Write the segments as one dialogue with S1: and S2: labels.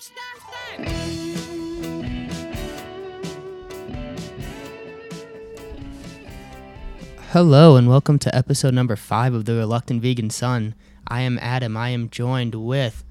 S1: stand, stand!
S2: Hello and welcome to episode number five of the Reluctant Vegan Son. I am Adam. I am joined with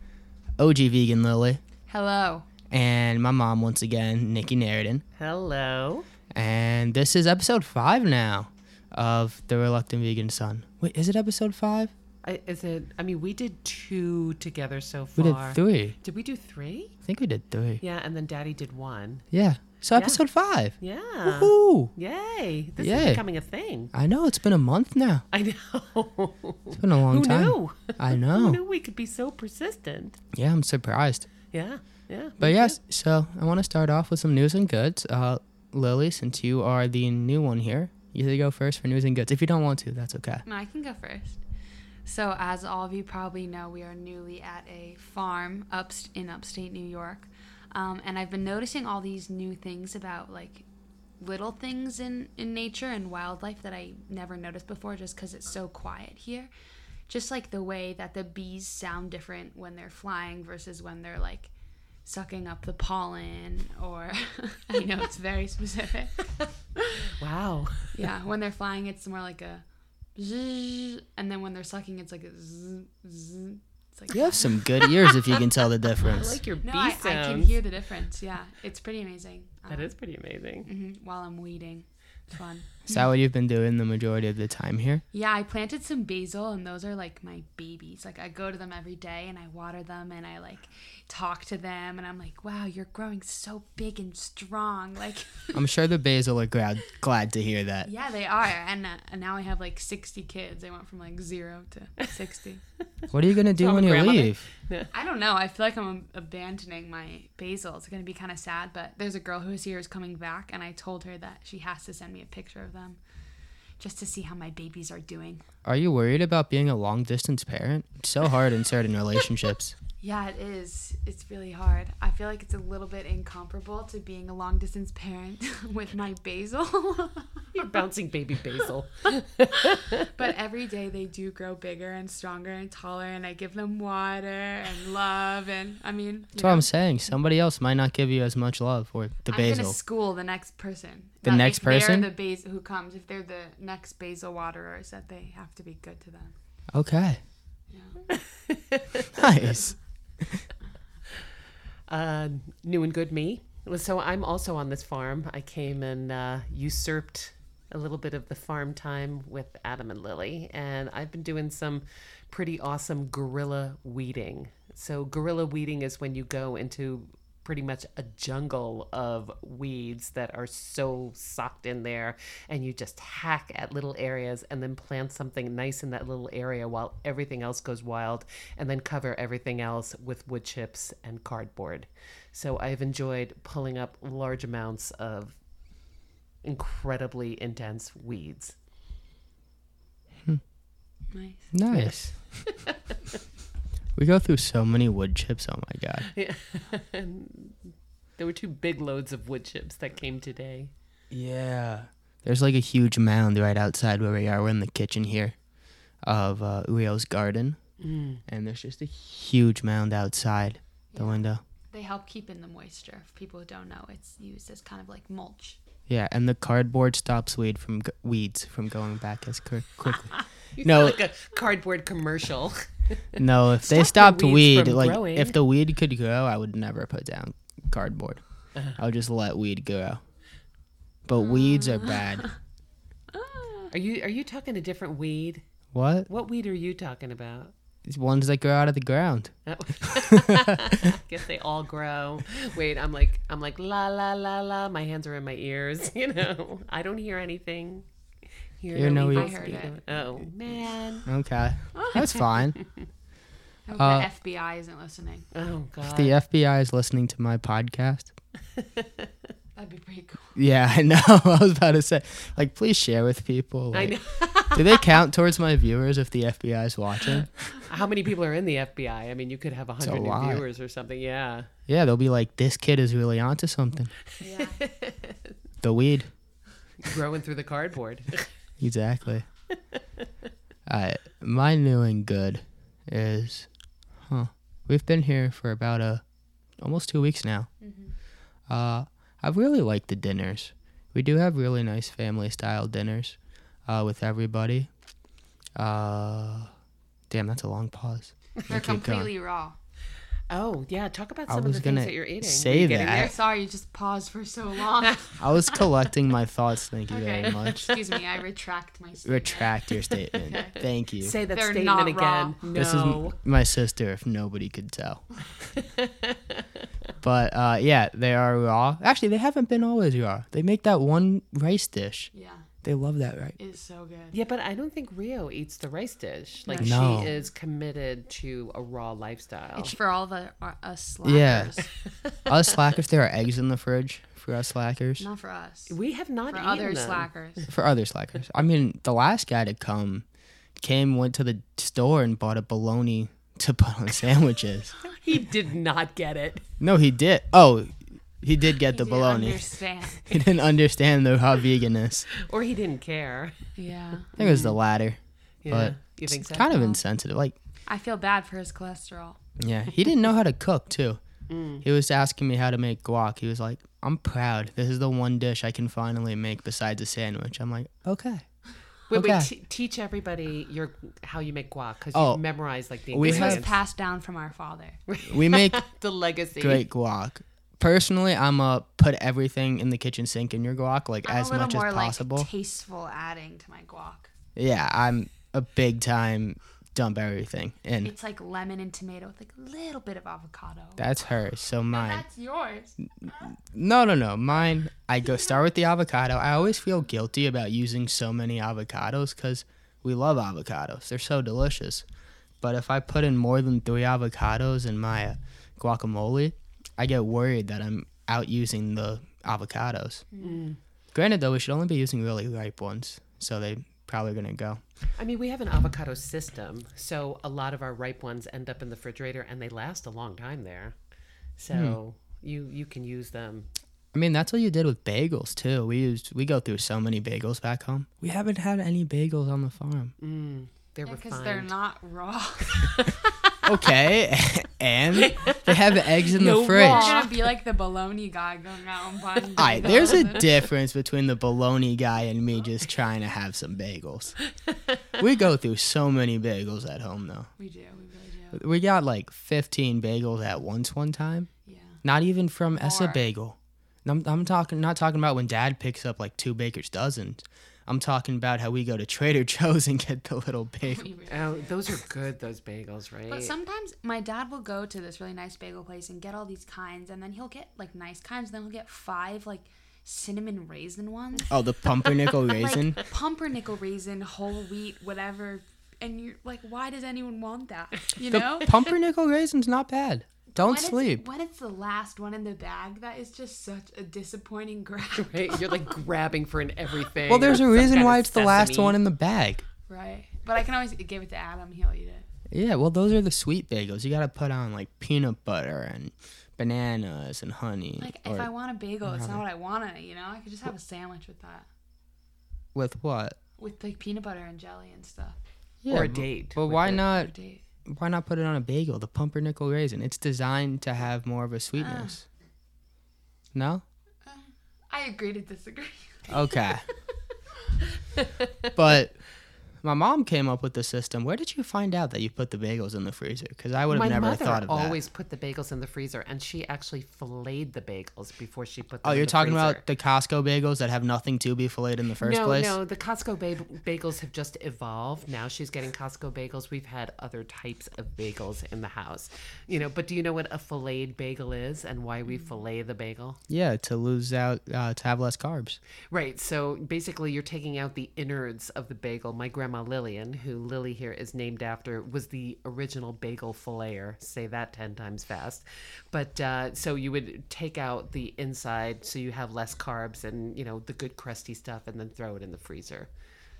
S2: OG Vegan Lily
S1: Hello.
S2: and my mom once again, Nikki Narradin.
S3: Hello.
S2: And this is episode five now of the Reluctant Vegan Son. Wait, is it episode five?
S3: I, is it? I mean, we did two together so
S2: We
S3: far.
S2: did three.
S3: Did we do three?
S2: I think we did three. Yeah.
S3: Yeah, and then Daddy did one.
S2: So episode five.
S3: Yeah. Uh-huh.
S2: Woohoo!
S3: Yay! This
S2: Yay.
S3: is becoming a thing.
S2: I know it's been a month now.
S3: I know.
S2: It's been a long
S3: Who
S2: time.
S3: knew?
S2: I
S3: Who
S2: know.
S3: knew we could be so persistent?
S2: Yeah, I'm surprised.
S3: Yeah. Yeah.
S2: But yes, so I want to start off with some news and goods. Uh, Lily, since you are the new one here, you should go first for news and goods. If you don't want to, that's okay.
S1: No, I can go first. So, as all of you probably know, we are newly at a farm up in upstate New York, um, and I've been noticing all these new things about like little things in in nature and wildlife that I never noticed before, just because it's so quiet here. Just like the way that the bees sound different when they're flying versus when they're like sucking up the pollen, or I know it's very specific
S3: Wow.
S1: yeah, when they're flying, it's more like a zzz, and then when they're sucking, it's like a zzz, zzz. It's like
S2: You have some good ears if you can tell the
S3: I
S2: difference.
S3: like your
S1: no,
S3: bee
S1: I, I
S3: sounds.
S1: can hear the difference. Yeah, it's pretty amazing.
S3: That
S1: Um,
S3: is pretty amazing.
S1: mhm, while I'm weeding, it's fun.
S2: Is that what you've been doing the majority of the time here?
S1: Yeah, I planted some basil, and those are like my babies. Like I go to them every day, and I water them, and I like talk to them, and I'm like, wow, you're growing so big and strong. Like
S2: I'm sure the basil are glad, glad to hear that.
S1: yeah, they are. And, uh, and now I have like 60 kids. I went from like zero to 60.
S2: What are you going to do
S3: Tell
S2: when
S3: the
S2: you
S3: grandmother.
S2: leave?
S1: I don't know. I feel like I'm abandoning my basil. It's going to be kind of sad, but there's a girl who is here who's coming back, and I told her that she has to send me a picture of them just to see how my babies are doing.
S2: Are you worried about being a long distance parent? It's so hard in certain relationships.
S1: Yeah, it is. It's really hard. I feel like it's a little bit incomparable to being a long distance parent with my basil.
S3: You're bouncing baby basil.
S1: but every day they do grow bigger and stronger and taller, and I give them water and love. And I mean, you
S2: That's what
S1: know,
S2: I'm saying. Somebody else might not give you as much love or the
S1: I'm
S2: basil.
S1: gonna school the next person.
S2: The
S1: That
S2: next
S1: if
S2: person?
S1: they're the bas- who comes. If they're the next basil waterers, that they have to be good to them.
S2: okay. nice.
S3: uh, new and good me. So I'm also on this farm. I came and uh, usurped a little bit of the farm time with Adam and Lily, and I've been doing some pretty awesome gorilla weeding. So gorilla weeding is when you go into pretty much a jungle of weeds that are so socked in there and you just hack at little areas and then plant something nice in that little area while everything else goes wild and then cover everything else with wood chips and cardboard. So I've enjoyed pulling up large amounts of incredibly intense weeds.
S1: Nice.
S2: Nice. we go through so many wood chips. Oh my god.
S3: There were two big loads of wood chips that came today.
S2: Yeah. There's like a huge mound right outside where we are. We're in the kitchen here of uh, Uriel's garden,
S3: Mm.
S2: and there's just a huge mound outside the window.
S1: They help keep in the moisture. If people who don't know, it's used as kind of like mulch.
S2: Yeah, and the cardboard stops weed from g- weeds from going back as quick quickly.
S3: You
S2: No.
S3: sound like a cardboard commercial.
S2: No, if they
S3: Stop
S2: stopped
S3: the weeds
S2: weed,
S3: from
S2: like
S3: growing.
S2: if the weed could grow, I would never put down cardboard.
S3: Uh-huh.
S2: I would just let weed grow. But
S3: Uh.
S2: weeds are bad.
S3: Are you are you talking a different weed?
S2: What?
S3: What weed are you talking about?
S2: It's ones that grow out of the ground.
S3: Oh. I guess they all grow. Wait, I'm like I'm like la la la la. My hands are in my ears. You know, I don't hear anything. Hear
S2: Hear no
S3: evil
S1: evil. I heard
S3: speak
S1: it.
S3: of- Oh man.
S2: Okay,
S3: Oh.
S2: that's fine.
S1: I hope
S2: Uh,
S1: the FBI isn't listening.
S3: Oh
S2: If
S3: god.
S2: the FBI is listening to my podcast,
S1: That'd be pretty cool.
S2: yeah, I know. I was about to say, like, please share with people.
S3: I
S2: Like,
S3: know.
S2: do they count towards my viewers if the FBI is watching?
S3: How many people are in the FBI? I mean, you could have a
S2: a
S3: hundred new
S2: lot.
S3: viewers or something. Yeah.
S2: Yeah, they'll be like, this kid is really onto something.
S1: Yeah.
S2: The weed.
S3: Growing through the cardboard.
S2: Exactly. uh, my new and good is, huh? We've been here for about a almost two weeks now. Mm-hmm. Uh, I've really liked the dinners. We do have really nice family style dinners uh, with everybody. Uh, damn, that's a long pause. I'm gonna
S1: They're
S2: keep going.
S1: completely raw.
S3: Oh, yeah. Talk about
S2: I
S3: some of
S2: was
S3: the things
S2: gonna
S3: that you're eating.
S2: say
S3: Are you getting
S2: that.
S1: I'm
S3: there?
S1: sorry, you just paused for so long.
S2: I was collecting my thoughts. Thank you
S1: Okay.
S2: very much.
S1: Excuse me, I retract my statement.
S2: Retract your statement. Thank you.
S3: Say that
S1: They're
S3: statement again.
S1: not raw.
S3: No.
S2: This is m- my sister, if nobody could tell. but uh, yeah, they are raw. Actually, they haven't been always raw. They make that one rice dish.
S1: Yeah,
S2: They love that, right?
S1: it is so good.
S3: yeah, but I don't think Rio eats the rice dish. Like
S2: No.
S3: she is committed to a raw lifestyle.
S1: It's for all the uh, us slackers.
S2: Yeah. us slackers, there are eggs in the fridge for us slackers.
S1: Not for us.
S3: we have not
S1: For
S3: eaten
S1: other
S3: them.
S1: slackers.
S2: For other slackers. I mean, the last guy to come came, went to the store and bought a bologna to put on sandwiches.
S3: He did not get it.
S2: no, he did. Oh, he did get the
S1: You
S2: bologna.
S1: Understand.
S2: he didn't understand the raw veganness.
S3: Or he didn't care.
S1: Yeah.
S2: I think it was the latter.
S3: Yeah.
S2: But
S3: you think so?
S2: Kind of insensitive. Like,
S1: I feel bad for his cholesterol.
S2: yeah, he didn't know how to cook too.
S1: Mm.
S2: He was asking me how to make guac. He was like, "I'm proud. This is the one dish I can finally make besides a sandwich." I'm like, "Okay."
S3: Wait, wait.
S2: Okay.
S3: T- teach everybody your how you make guac because
S2: Oh.
S3: you've memorized like the
S2: We
S1: This was
S2: have-
S3: ingredients.
S1: passed down from our father.
S2: We make
S3: the legacy.
S2: great guac. Personally, I'm a put everything in the kitchen sink in your guac like
S1: I'm
S2: as
S1: a little
S2: much
S1: more
S2: as possible.
S1: like tasteful adding to my guac.
S2: yeah, I'm a big time dump everything in.
S1: It's like lemon and tomato with like a little bit of avocado.
S2: That's hers, so mine.
S1: That's yours.
S2: No, no, no. Mine, I go start with the avocado. I always feel guilty about using so many avocados because we love avocados. They're so delicious. But if I put in more than three avocados in my uh, guacamole, I get worried that I'm out using the avocados. Granted, though, we should only be using really ripe ones. So they probably going to go.
S3: I mean, we have an avocado system, so a lot of our ripe ones end up in the refrigerator and they last a long time there. So
S2: Hmm.
S3: you you can use them.
S2: I mean, that's what you did with bagels, too. We used, we go through so many bagels back home. We haven't had any bagels on the farm.
S3: They're
S1: Because
S3: refined.
S1: they're not raw.
S2: Okay, and they have eggs in
S3: No
S2: the fridge.
S1: You're gonna be like the bologna guy going out and buying.
S2: All right,
S1: bagels.
S2: there's a difference between the bologna guy and me just trying to have some bagels. We go through so many bagels at home, though.
S1: We do. We really do.
S2: We got like 15 bagels at once one time.
S1: Yeah.
S2: Not even from Essa
S1: More.
S2: Bagel. And I'm, I'm talking not talking about when Dad picks up like two baker's dozens. I'm talking about how we go to Trader Joe's and get the little bagel.
S1: We really
S3: Oh, those are good. Those bagels, right?
S1: But sometimes my dad will go to this really nice bagel place and get all these kinds, and then he'll get like nice kinds, and then he'll get five like cinnamon raisin ones,
S2: Oh, the pumpernickel raisin.
S1: like pumpernickel raisin, whole wheat, whatever. And you're like, why does anyone want that? You
S2: the
S1: know,
S2: pumpernickel raisin's not bad. Don't
S1: When it's-
S2: sleep.
S1: when it's the last one in the bag, that is just such a disappointing grab,
S3: Right? You're like grabbing for an everything.
S2: Well, there's a
S3: or some
S2: reason
S3: kind
S2: why
S3: of
S2: it's the last
S3: sesame.
S2: one in the bag.
S1: right? But I can always give it to Adam; he'll eat it.
S2: Yeah, well, those are the sweet bagels. You gotta put on like peanut butter and bananas and honey,
S1: Like if
S2: or
S1: I want a bagel, it's not what I want to. You know, I could just have a sandwich with that,
S2: with what?
S1: with like peanut butter and jelly and stuff.
S3: or a
S2: but-
S3: date.
S2: But
S3: with
S2: why
S3: it.
S2: not?
S1: Date.
S2: Why not put it on a bagel? The pumpernickel raisin. It's designed to have more of a sweetness. No.
S1: I agree to disagree.
S2: Okay. but my mom came up with the system. Where did you find out that you put the bagels in the freezer? Because I would
S3: My
S2: have never
S3: mother
S2: thought of that.
S3: always put the bagels in the freezer, and she actually filleted the bagels before she put them.
S2: Oh,
S3: in
S2: you're
S3: the
S2: talking
S3: freezer.
S2: about the Costco bagels that have nothing to be filleted in the first
S3: no,
S2: place?
S3: No, the Costco ba- bagels have just evolved. Now she's getting Costco bagels. We've had other types of bagels in the house. You know, but do you know what a filleted bagel is and why
S2: Mm.
S3: we fillet the bagel?
S2: Yeah, to lose out, uh, to have less carbs.
S3: Right. So basically, you're taking out the innards of the bagel. My grandma Lillian, who Lily here is named after, was the original bagel filleter. Say that 10 times fast. But uh, so you would take out the inside so you have less carbs and, you know, the good crusty stuff and then throw it in the freezer.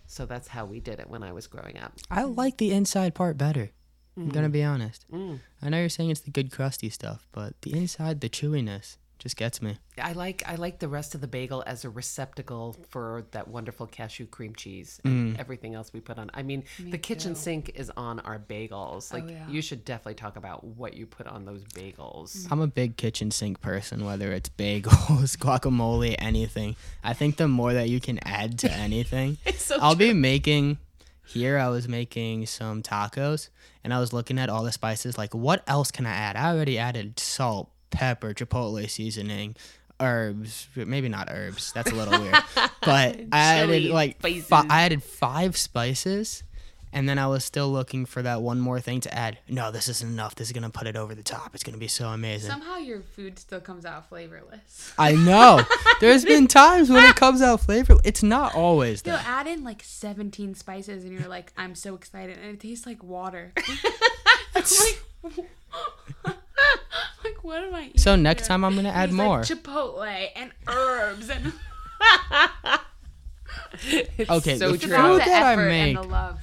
S3: So that's how we did it when I was growing up.
S2: I like the inside part better.
S3: Mm.
S2: I'm gonna be honest. I know you're saying it's the good crusty stuff, but the inside, the chewiness, Just gets me.
S3: I like I like the rest of the bagel as a receptacle for that wonderful cashew cream cheese
S2: Mm.
S3: and everything else we put on. I mean, the kitchen sink is on our bagels. Like
S1: Oh, yeah.
S3: you should definitely talk about what you put on those bagels.
S1: Mm.
S2: I'm a big kitchen sink person, whether it's bagels, guacamole, anything. I think the more that you can add to anything,
S3: It's so
S2: I'll be making. Here I was making some tacos, and I was looking at all the spices. Like, what else can I add? I already added salt, pepper, chipotle seasoning, herbs. Maybe not herbs. That's a little weird. But I added
S3: Chili
S2: like fi-
S3: spices.
S2: I added five spices, and then I was still looking for that one more thing to add. No, this isn't enough. This is gonna put it over the top. It's gonna be so amazing.
S1: Somehow your food still comes out flavorless.
S2: I know. There's been times when it comes out flavor. It's not always
S1: You'll
S2: though.
S1: add in like 17 spices and you're like, I'm so excited. And it tastes like water. I'm like, like, what am I eating?
S2: So next
S1: here?
S2: time I'm gonna
S1: And
S2: add
S1: he's like,
S2: more.
S1: Chipotle and herbs and
S2: Okay,
S3: so
S2: the
S3: true.
S2: food
S1: Without the
S2: that I
S1: effort
S2: make
S1: and the love.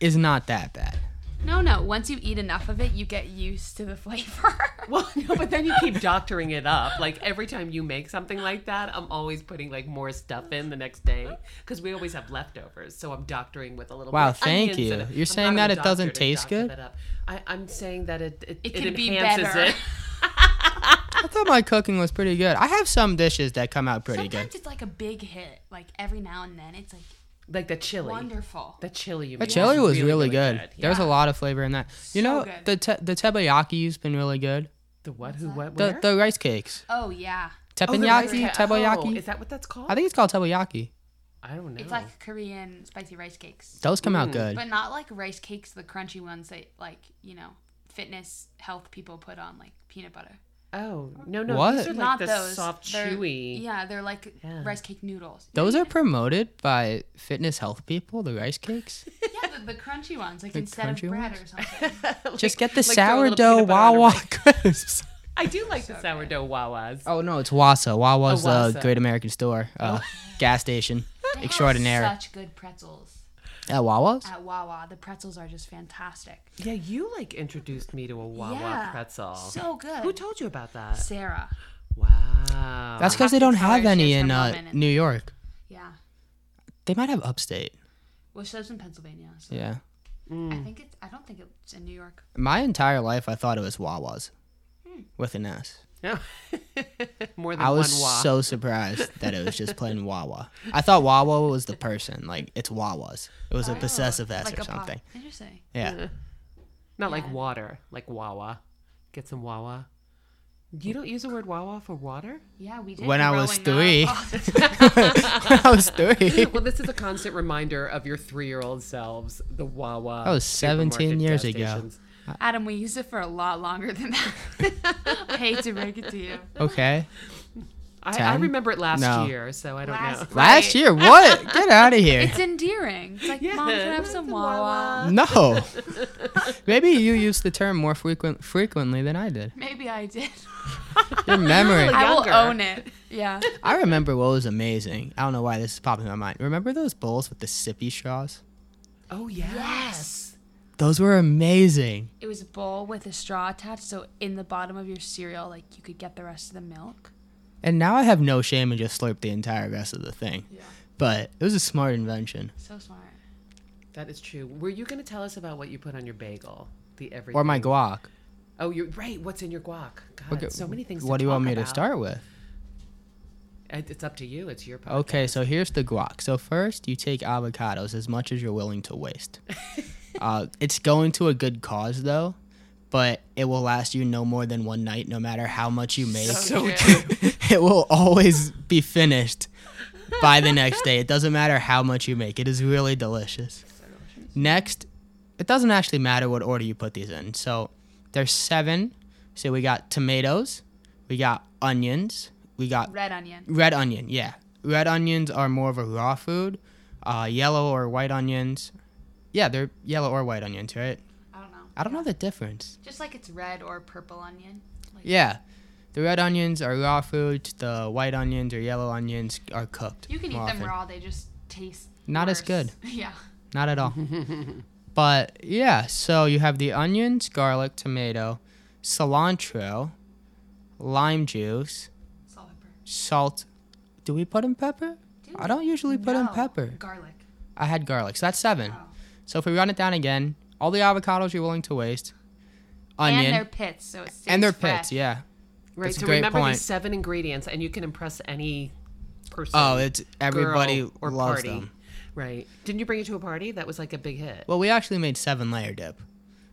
S2: is not that bad.
S1: No, no. Once you eat enough of it, you get used to the flavor.
S3: Well, no, but then you keep doctoring it up. Like every time you make something like that, I'm always putting like more stuff in the next day because we always have leftovers. So I'm doctoring with a little.
S2: Wow,
S3: bit of
S2: thank
S3: onions
S2: you.
S3: and-
S2: You're
S3: I'm
S2: saying that
S3: not a
S2: it
S3: doctor
S2: doesn't
S3: to
S2: taste
S3: doctor
S2: good?
S3: that up. I, I'm saying that it it, it,
S1: It could be
S3: enhances
S1: better.
S3: it.
S2: I thought my cooking was pretty good. I have some dishes that come out pretty
S1: Sometimes
S2: good.
S1: it's like a big hit. Like every now and then, it's like
S3: Like the chili.
S1: wonderful.
S3: The chili you
S2: The
S3: made
S2: chili was really, good.
S3: Yeah.
S2: There's a lot of flavor in that. You
S1: So
S2: know,
S1: good.
S2: the te- the teppanyaki been really good.
S3: The what? Who? What?
S2: The
S3: Where?
S2: the rice cakes.
S1: Oh yeah,
S3: Oh, the rice
S2: Teppanyaki,
S3: ca- oh,
S2: teppanyaki.
S3: is that what that's called?
S2: I think it's called teppanyaki.
S3: I don't know.
S1: it's like Korean spicy rice cakes,
S2: Those come
S3: Hmm.
S2: out good.
S1: but not like rice cakes, the crunchy ones that like you know fitness health people put on like peanut butter.
S3: oh no no.
S2: What?
S3: These are like
S1: not
S3: the
S1: those
S3: soft,
S1: They're-
S3: chewy.
S1: Yeah, they're like
S3: Yeah.
S1: rice cake noodles.
S2: Those are promoted by fitness health people, the rice cakes.
S1: yeah, the, the crunchy ones, like instead of
S2: crunchy
S1: bread or something.
S3: Like-
S2: Just get the
S3: like throw a little
S2: sourdough
S3: peanut butter on a
S2: Wawa
S3: rice-
S2: crisps.
S3: I do like the sourdough Wawas.
S2: Oh no, it's Wasa. Wawa's
S3: Oh,
S2: the
S3: Wausau.
S2: Great American Store, uh,
S3: Oh.
S2: gas station,
S1: They have
S2: extraordinaire.
S1: Such good pretzels
S2: At Wawa's?
S1: at Wawa. The pretzels are just fantastic.
S3: Yeah, you like introduced me to a Wawa
S1: Yeah,
S3: pretzel.
S1: So good.
S3: Who told you about that?
S1: Sarah.
S3: Wow.
S2: That's
S1: I
S2: because
S1: have
S2: they
S1: to
S2: don't
S1: tell
S2: have
S1: her
S2: any
S1: she's
S2: in
S1: from
S2: uh,
S1: Lubbock and-
S2: New York.
S1: Yeah.
S2: They might have upstate.
S1: Well, she lives in Pennsylvania. So
S2: Yeah.
S1: I think it's. I don't think it's in New York.
S2: My entire life, I thought it was Wawa's
S3: Hmm.
S2: with an S.
S3: Yeah. More than
S2: I was
S3: one Wawa.
S2: so surprised that it was just plain Wawa. I thought Wawa was the person. Like, it's Wawa's. It was a possessive S
S1: Like
S2: or
S1: a pop-
S2: something.
S1: Interesting.
S2: Yeah.
S3: Not like water, like Wawa. Get some Wawa. You don't use the word Wawa for water?
S1: Yeah, we did.
S2: When I was
S1: growing up. Mm.
S2: I was three.
S3: well, this is a constant reminder of your three year old selves, the Wawa.
S2: That was 17
S3: supermarket
S2: years
S3: gas
S2: ago.
S3: stations.
S1: Adam, we used it for a lot longer than that. I hate to break it to you.
S2: Okay.
S3: I, I
S2: Ten?
S3: remember it last
S2: No.
S3: year, so I don't
S1: Last-
S3: know.
S2: Last
S1: Right.
S2: year? What? Get out of here.
S1: It's endearing. It's like, mom, can I have some Wawa?
S2: No. Maybe you used the term more frequent frequently than I did.
S1: Maybe I did.
S2: Your memory.
S1: I will
S3: Younger.
S1: own it. Yeah.
S2: I remember what was amazing. I don't know why this is popping in my mind. Remember those bowls with the sippy straws?
S3: Oh, yes.
S2: Those were amazing.
S1: It was a bowl with a straw attached, so in the bottom of your cereal, like you could get the rest of the milk.
S2: And now I have no shame and just slurp the entire rest of the thing.
S1: Yeah.
S2: But it was a smart invention.
S1: So smart.
S3: That is true. Were you going to tell us about what you put on your bagel? The everything.
S2: Or my guac.
S3: Oh, you're right. What's in your guac? God,
S2: Okay,
S3: so many things.
S2: What
S3: to
S2: do you want
S3: talk
S2: me to
S3: about.
S2: start with?
S3: It- It's up to you. It's your podcast.
S2: Okay, so here's the guac. So first, you take avocados as much as you're willing to waste. uh, it's going to a good cause though, but it will last you no more than one night, no matter how much you make.
S3: So
S2: it will always be finished by the next day. It doesn't matter how much you make. It is really delicious. Next, it doesn't actually matter what order you put these in. So there's seven. So we got tomatoes, we got onions, we got
S1: Red onion.
S2: red onion yeah red onions are more of a raw food uh, yellow or white onions yeah they're yellow or white onions right
S1: I don't know.
S2: i don't know the difference
S1: Just like it's red or purple onion. Like,
S2: yeah the red onions are raw food the white onions or yellow onions are cooked
S1: You can eat
S2: more
S1: them
S2: often.
S1: raw. They just taste
S2: Not as
S1: worse.
S2: good.
S1: Yeah.
S2: not at all but yeah so you have the onions garlic tomato cilantro lime juice salt. Do we put in pepper? I don't usually put in
S1: No,
S2: pepper.
S1: Garlic.
S2: I had garlic, so that's seven.
S1: Oh.
S2: So if we run it down again, all the avocados you're willing to waste, onion,
S1: And their pits, so it stays
S2: and their
S1: fresh.
S2: pits, yeah.
S3: Right.
S2: That's a
S3: so
S2: great
S3: remember
S2: point.
S3: these seven ingredients, and you can impress any person.
S2: Oh, it's
S3: girl,
S2: everybody
S3: or
S2: loves
S3: party.
S2: them.
S3: Right. Didn't you bring it to a party? That was like a big hit.
S2: Well, we actually made seven layer dip,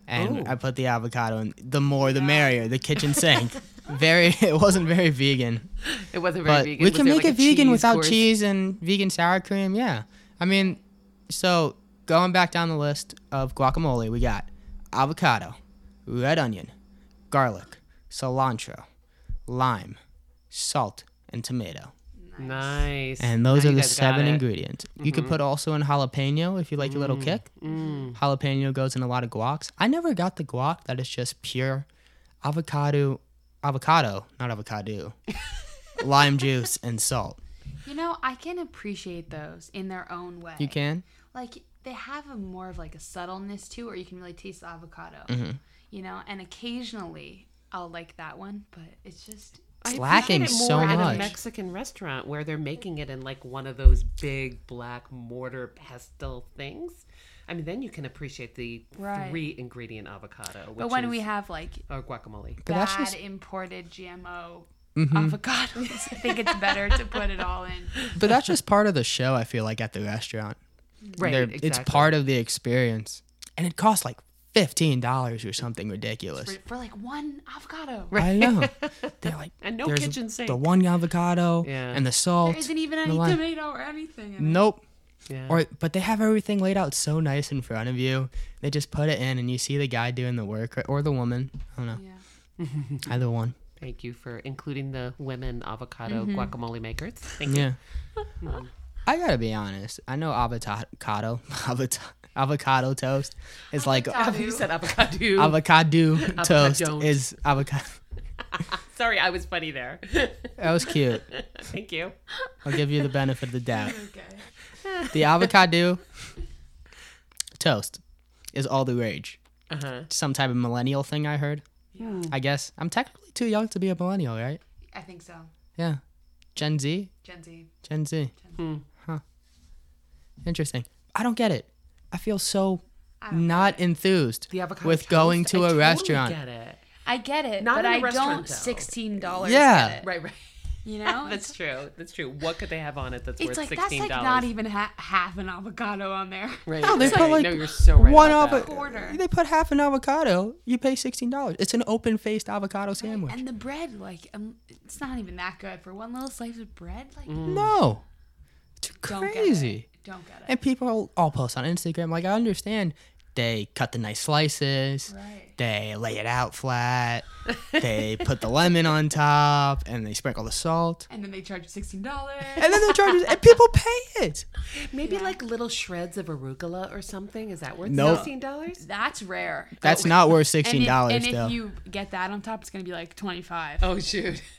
S2: and
S3: Ooh.
S2: I put the avocado in. The more, the merrier. The kitchen sink. very, it wasn't very vegan,
S3: It wasn't very
S2: but
S3: vegan.
S2: we
S3: Was
S2: can
S3: there,
S2: make
S3: like,
S2: it
S3: a
S2: vegan
S3: cheese
S2: without
S3: course?
S2: cheese and vegan sour cream. Yeah, I mean, so going back down the list of guacamole, we got avocado, red onion, garlic, cilantro, lime, salt, and tomato.
S3: Nice.
S2: And those are
S3: Now you
S2: the
S3: guys got
S2: seven
S3: it. Mm-hmm. Mm.
S2: ingredients. You could put also in jalapeno if you like a little kick. Jalapeno goes in a lot of guacs. I never got the guac that is just pure avocado, avocado, not avocado, lime juice and salt.
S1: You know, I can appreciate those in their own way.
S2: You can.
S1: Like they have a more of like a subtleness too, or you can really taste the avocado.
S2: Mm-hmm.
S1: You know, and occasionally I'll like that one, but it's just
S3: I
S2: lacking
S3: appreciate it
S2: so
S3: more At
S2: much.
S3: a Mexican restaurant where they're making it in like one of those big black mortar pestle things. I mean, then you can appreciate the
S1: Right.
S3: three ingredient avocado. Which
S1: But when
S3: is,
S1: we have like
S3: or guacamole.
S2: But
S1: bad
S2: that's just- Mm-hmm.
S1: imported GMO avocados, I think it's better to put it all in.
S2: But that's just part of the show, I feel like, at the restaurant.
S3: Right.
S2: They're-
S3: exactly.
S2: It's part of the experience. And it costs like $15 or something ridiculous.
S1: For, for like one avocado.
S2: I know. They're like,
S3: And no
S2: there's
S3: kitchen sink.
S2: The one avocado
S3: Yeah. e-
S2: and the salt.
S1: There isn't even
S2: and
S1: any
S2: the lime.
S1: tomato or anything in it.
S2: Nope.
S3: Yeah.
S2: Or but they have everything laid out so nice in front of you. They just put it in, and you see the guy doing the work or the woman. I don't know,
S1: Yeah.
S2: either one.
S3: Thank you for including the women avocado guacamole makers. Thank you.
S2: Yeah. I gotta be honest. I know avocado, avocado, avocado toast is like
S3: You said avocado.
S2: avocado toast
S3: Avocado.
S2: is avocado.
S3: Sorry, I was funny there.
S2: That was cute.
S3: Thank you.
S2: I'll give you the benefit of the doubt.
S1: Okay.
S2: The avocado toast is all the rage.
S3: Uh huh.
S2: Some type of millennial thing I heard. I guess I'm technically too young to be a millennial, right?
S1: I think so.
S2: Yeah. Gen Z?
S1: Gen Z.
S2: Gen Z.
S3: Hmm.
S2: Huh. Interesting. I don't get it. I feel so
S1: don't
S2: not enthused
S3: The avocado
S2: with
S3: toast,
S2: going
S3: I
S2: to a
S3: totally
S2: restaurant.
S3: Get it.
S1: I get it,
S3: Not
S1: but
S3: in a
S1: I
S3: restaurant,
S1: don't
S3: though.
S1: sixteen dollars.
S2: Yeah.
S1: get it,
S3: Right, right.
S1: you know
S3: That's true. That's true. What could they have on it that's
S1: It's
S3: worth
S1: like that's
S3: sixteen
S1: like
S3: dollars?
S1: not even ha- half an avocado on there.
S3: Right.
S2: No, they
S3: right.
S2: put like
S3: no, you're so right
S2: one
S3: about that.
S2: avocado.
S1: Quarter.
S2: They put half an avocado. You pay sixteen dollars. It's an open-faced avocado sandwich.
S1: And the bread, like, um, it's not even that good for one little slice of bread. Like,
S3: Mm-hmm.
S2: no, it's
S1: don't
S2: crazy.
S1: get it. Don't get it.
S2: And people all post on Instagram. Like I understand, they cut the nice slices.
S1: right.
S2: They lay it out flat. they put the lemon on top, and they sprinkle the salt.
S1: And then they charge you sixteen dollars.
S2: And then they charge it, and people pay it.
S3: Maybe like little shreds of arugula or something. Is that worth
S2: Nope.
S3: sixteen dollars?
S1: That's rare.
S2: That's not worth
S1: And
S2: sixteen
S1: if, and
S2: dollars
S1: if
S2: though.
S1: you get that on top, it's gonna be like twenty five.
S3: Oh shoot.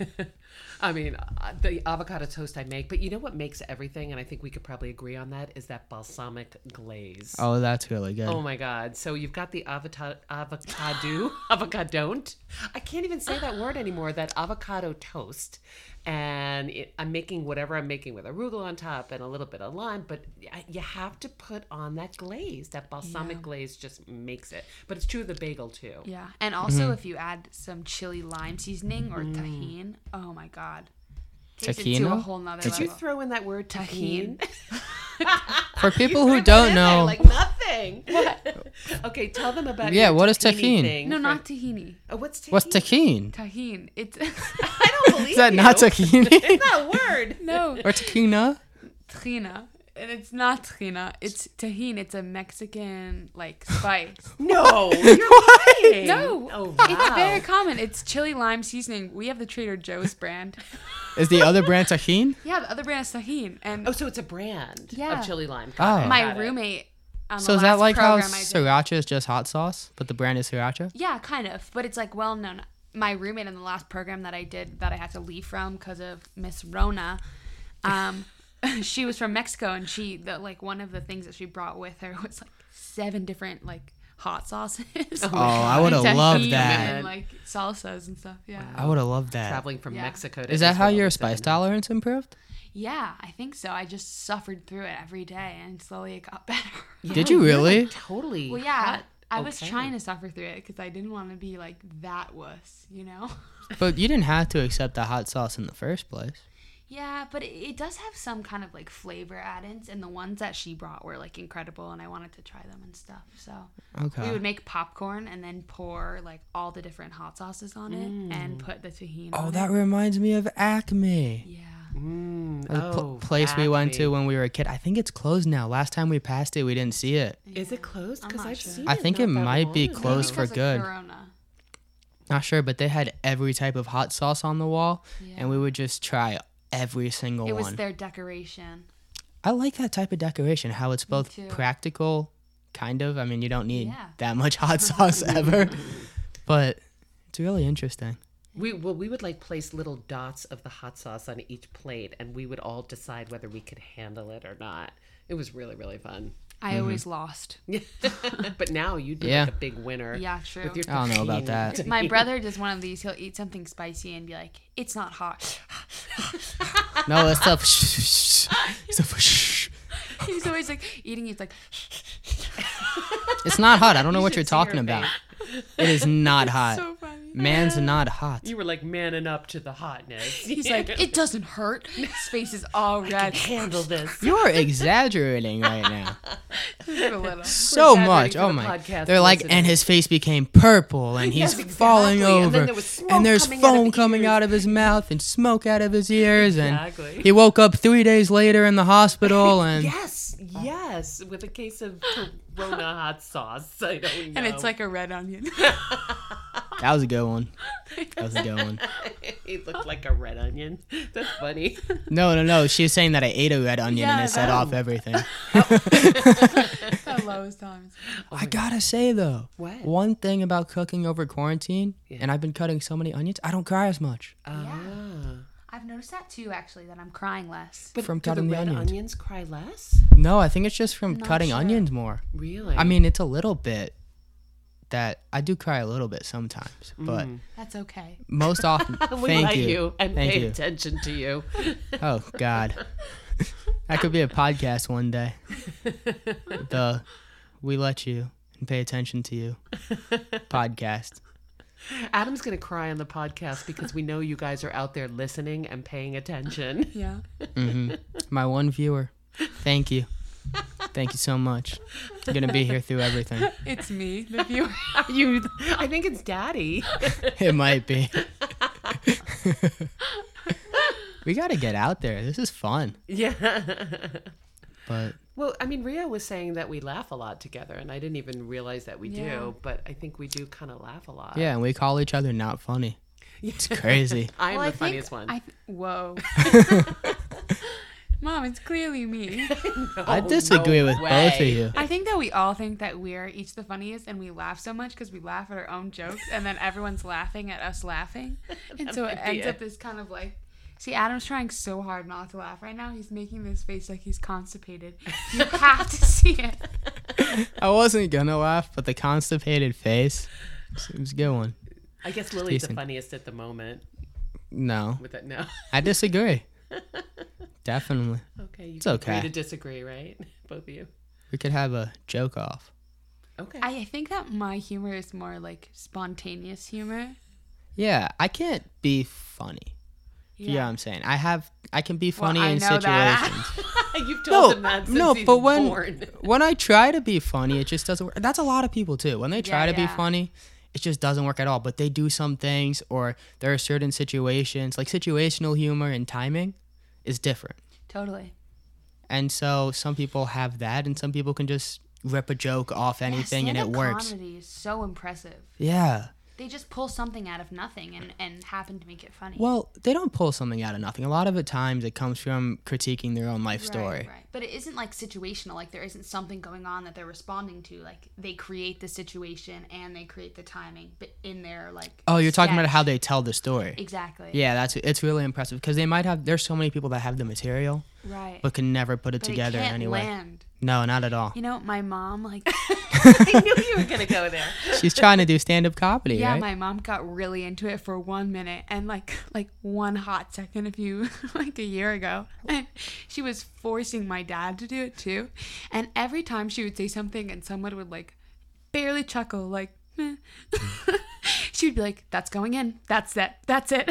S3: I mean, uh, the avocado toast I make, but you know what makes everything, and I think we could probably agree on that, is that balsamic glaze.
S2: oh, that's really good.
S3: Oh my God! So you've got the avocado, avocado, avocadont. I can't even say that word anymore. That avocado toast, and it, I'm making whatever I'm making with arugula on top and a little bit of lime. But I- you have to put on that glaze. That balsamic glaze just makes it. But it's true of the bagel too.
S1: Yeah. And
S2: Mm-hmm.
S1: also, if you add some chili lime seasoning or
S3: Mm.
S1: tahine, oh my god, takes it to a
S2: Tahino?
S1: whole nother
S2: Did
S1: level.
S3: Did you throw in that word
S1: Tahine.
S3: tahine?
S2: For people
S3: Put
S2: who
S3: it
S2: don't
S3: in there
S2: know,
S3: like nothing. okay, tell them about
S2: Yeah,
S3: your
S2: what is
S3: tahini
S2: tahine?
S3: thing
S1: no,
S3: for-
S1: not tahini.
S3: Oh, what's tahine?
S2: what's tahine?
S1: Tahine. It's
S3: I don't believe
S2: Is that not
S3: you.
S2: tahini
S3: It's not a word.
S1: no
S2: or tahina?
S1: tahina. And it's not tahina. It's tahine. It's a Mexican like spice.
S3: No, you're lying.
S1: No,
S3: Oh, wow.
S1: it's very common. It's chili lime seasoning. We have the Trader Joe's brand.
S2: Is the other brand tahine?
S1: Yeah, the other brand is tahine. And
S3: Oh, so it's a brand
S1: Yeah.
S3: of chili lime.
S2: Oh.
S3: Got it,
S1: my
S3: got it.
S1: roommate. On the
S2: So is that
S1: last
S2: like how
S1: program I did-
S2: sriracha is just hot sauce, but the brand is sriracha?
S1: Yeah, kind of. But it's like well known. My roommate in the last program that I did that I had to leave from because of Miss Rona, um, she was from Mexico and she the, like one of the things that she brought with her was like seven different like hot sauces.
S2: Oh, I would have
S1: Tahini
S2: loved
S1: And
S2: that.
S1: then, like salsas and stuff. Yeah.
S2: I would have loved that. Is
S3: Traveling from
S1: Yeah.
S3: Mexico to
S2: that how
S3: Israel
S2: your
S3: was
S2: spice
S3: in-
S2: tolerance improved?
S1: Yeah, I think so. I just suffered through it every day and slowly it got better.
S2: Did you
S3: you're, like,
S2: really?
S3: Oh, totally.
S1: Well, yeah.
S3: hot.
S1: I was
S3: Okay.
S1: trying to suffer through it because I didn't want to be like that wuss, you know?
S2: But you didn't have to accept the hot sauce in the first place.
S1: Yeah, but it, it does have some kind of like flavor add-ins, and the ones that she brought were like incredible, and I wanted to try them and stuff. So we
S2: Okay.
S1: would make popcorn and then pour like all the different hot sauces on it and put the tahini.
S2: Oh,
S1: on
S2: that
S1: It.
S2: reminds me of Acme.
S1: Yeah.
S3: Mm,
S2: The pl-
S3: oh,
S2: place we went
S3: Acme.
S2: to when we were a kid. I think it's closed now. Last time we passed it, we didn't see it.
S3: Is it closed?
S1: I'm
S3: Because
S1: not
S3: I've
S1: sure.
S3: seen.
S2: I think it
S3: not that
S2: might be
S3: long ago.
S1: Maybe
S2: closed for
S1: because of
S2: good.
S1: Corona.
S2: Not sure, but they had every type of hot sauce on the wall, and we would just try every single
S1: It was
S2: one.
S1: their decoration.
S2: I like that type of decoration, how it's both
S1: too.
S2: practical, kind of. I mean, you don't need
S1: Yeah.
S2: that much hot sauce ever, but it's really interesting.
S3: We well, we would like place little dots of the hot sauce on each plate, and we would all decide whether we could handle it or not. It was really really fun.
S1: I
S2: Mm-hmm.
S1: always lost.
S3: but now you'd be
S2: Yeah.
S3: like a big winner.
S1: Yeah, true.
S3: With your
S2: I don't know about
S3: tahini.
S2: that.
S1: My brother does one of these. He'll eat something spicy and be like, "It's not hot."
S2: No, it's stuff. It's
S1: He's always like eating. He's like,
S2: not hot. I don't know what
S3: should
S2: you're
S3: see her
S2: talking about. It is not hot.
S1: "So funny."
S2: Man's not hot.
S3: You were like manning up to the hotness.
S1: He's like, "It doesn't hurt." His face is all red.
S3: handle this.
S2: You're exaggerating right now.
S1: Just a little.
S2: So
S3: exaggerating
S2: much.
S3: for
S2: Oh
S3: the
S2: my.
S3: podcast
S2: They're like,
S3: listeners.
S2: and his face became purple, and he's
S3: Yes, exactly.
S2: falling
S3: And then
S2: over,
S3: there was smoke
S2: and there's
S3: coming out of
S2: foam
S3: the
S2: coming
S3: ears.
S2: out of his mouth, and smoke out of his ears,
S3: Exactly.
S2: and he woke up three days later in the hospital, and
S3: Yes, yes, with a case of Corona hot sauce. I don't know.
S1: And it's like a red onion.
S2: that was a good one. That was a good one.
S3: he looked like a red onion. That's funny.
S2: No, no, no. She's saying that I ate a red onion and
S1: Yeah,
S2: it set
S1: that-
S2: off everything.
S3: Oh.
S1: the lowest times.
S2: I gotta say though,
S3: What?
S2: one thing about cooking over quarantine, and I've been cutting so many onions, I don't cry as much.
S3: Ah.
S1: I've noticed that too, actually, that I'm crying less.
S3: But
S2: From
S3: do
S2: cutting the
S3: the red
S2: onions.
S3: cry less?
S2: No, I think it's just from cutting
S1: sure.
S2: onions more.
S3: Really?
S2: I mean, it's a little bit that I do cry a little bit sometimes, but
S1: That's okay.
S2: most often.
S3: Mm. we
S2: thank
S3: like you,
S2: you.
S3: and
S2: thank
S3: pay
S2: you.
S3: attention to you.
S2: Oh God, that could be a podcast one day. the we let you and pay attention to you podcast.
S3: Adam's going to cry on the podcast because we know you guys are out there listening and paying attention.
S1: Yeah.
S2: My one viewer, thank you, thank you so much. I'm gonna be here through everything.
S1: It's me, the viewer.
S3: Are you? I think it's Daddy.
S2: It might be. we gotta get out there. This is fun,
S3: yeah.
S2: but
S3: Well, I mean, Ria was saying that we laugh a lot together, and I didn't even realize that we
S1: Yeah.
S3: do, but I think we do kind of laugh a lot.
S2: yeah, and we call each other not funny. It's crazy.
S3: I'm the funniest one.
S1: I th- whoa. Mom, it's clearly me. Oh,
S2: I disagree with both of you.
S1: I think that we all think that we're each the funniest and we laugh so much because we laugh at our own jokes and then everyone's laughing at us laughing. And so it
S3: might be
S1: ends
S3: it.
S1: up this kind of like. See, Adam's trying so hard not to laugh right now. He's making this face like he's constipated. You have to see it.
S2: I wasn't gonna laugh, but the constipated face. It was a good one.
S3: I guess Lily's the
S2: decent.
S3: funniest at the moment
S2: No,
S3: with that. No.
S2: I disagree. Definitely,
S3: Okay. You
S2: it's
S3: can agree
S2: okay.
S3: to disagree, right? Both of you.
S2: we could have a joke off.
S3: Okay.
S1: I I think that my humor is more like spontaneous humor.
S2: Yeah, I can't be funny. Yeah, you know what I'm saying I have. I can be funny
S1: I
S2: in
S1: know that.
S2: situations.
S3: You've told him
S2: No,
S3: that since
S2: no,
S3: he
S2: but
S3: was
S2: when
S3: born.
S2: when I try to be funny, it just doesn't work. That's a lot of people too. When they try
S1: Yeah,
S2: to be
S1: yeah.
S2: funny, it just doesn't work at all. But they do some things, or there are certain situations, like situational humor and timing, is different.
S1: Totally.
S2: And so some people have that, and some people can just rip a joke off anything and it
S1: stand-up
S2: works.
S1: Comedy is so impressive.
S2: Yeah.
S1: They just pull something out of nothing and and happen to make it funny.
S2: Well, they don't pull something out of nothing. A lot of it times it comes from critiquing their own life
S1: Right,
S2: story.
S1: Right. But it isn't like situational. Like there isn't something going on that they're responding to. Like they create the situation and they create the timing, but in their like.
S2: Oh, you're talking about
S1: sketch. E
S2: how they tell the story.
S1: Exactly.
S2: Yeah, that's it's really impressive because they might have there's so many people that have the material
S1: Right.
S2: but can never put it
S1: But it
S2: together in
S1: can't
S2: any way.
S1: land.
S2: No, not at all.
S1: You know, my mom like
S3: I knew you were gonna go there.
S2: She's trying to do stand up comedy,
S1: yeah,
S2: right?
S1: my mom got really into it for one minute and like like one hot second a few like a year ago. And she was forcing my dad to do it too. And every time she would say something and someone would like barely chuckle, like "Meh," she would be like, That's going in. That's it. That's it.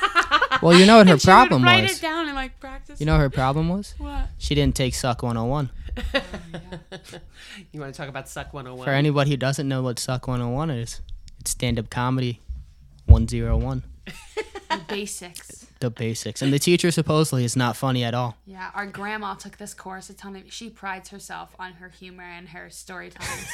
S2: well, you know what her
S1: And she would
S2: problem
S1: write it
S2: was?
S1: down and like practice
S2: You know what her problem was?
S1: what?
S2: She didn't take Suck 101.
S3: You want to talk about Suck 101?
S2: For anybody who doesn't know what Suck 101 is, it's stand up comedy 101,
S1: The basics.
S2: the basics. And the teacher supposedly is not funny at all.
S1: Yeah, our grandma took this course. It's on. She prides herself on her humor and her story times.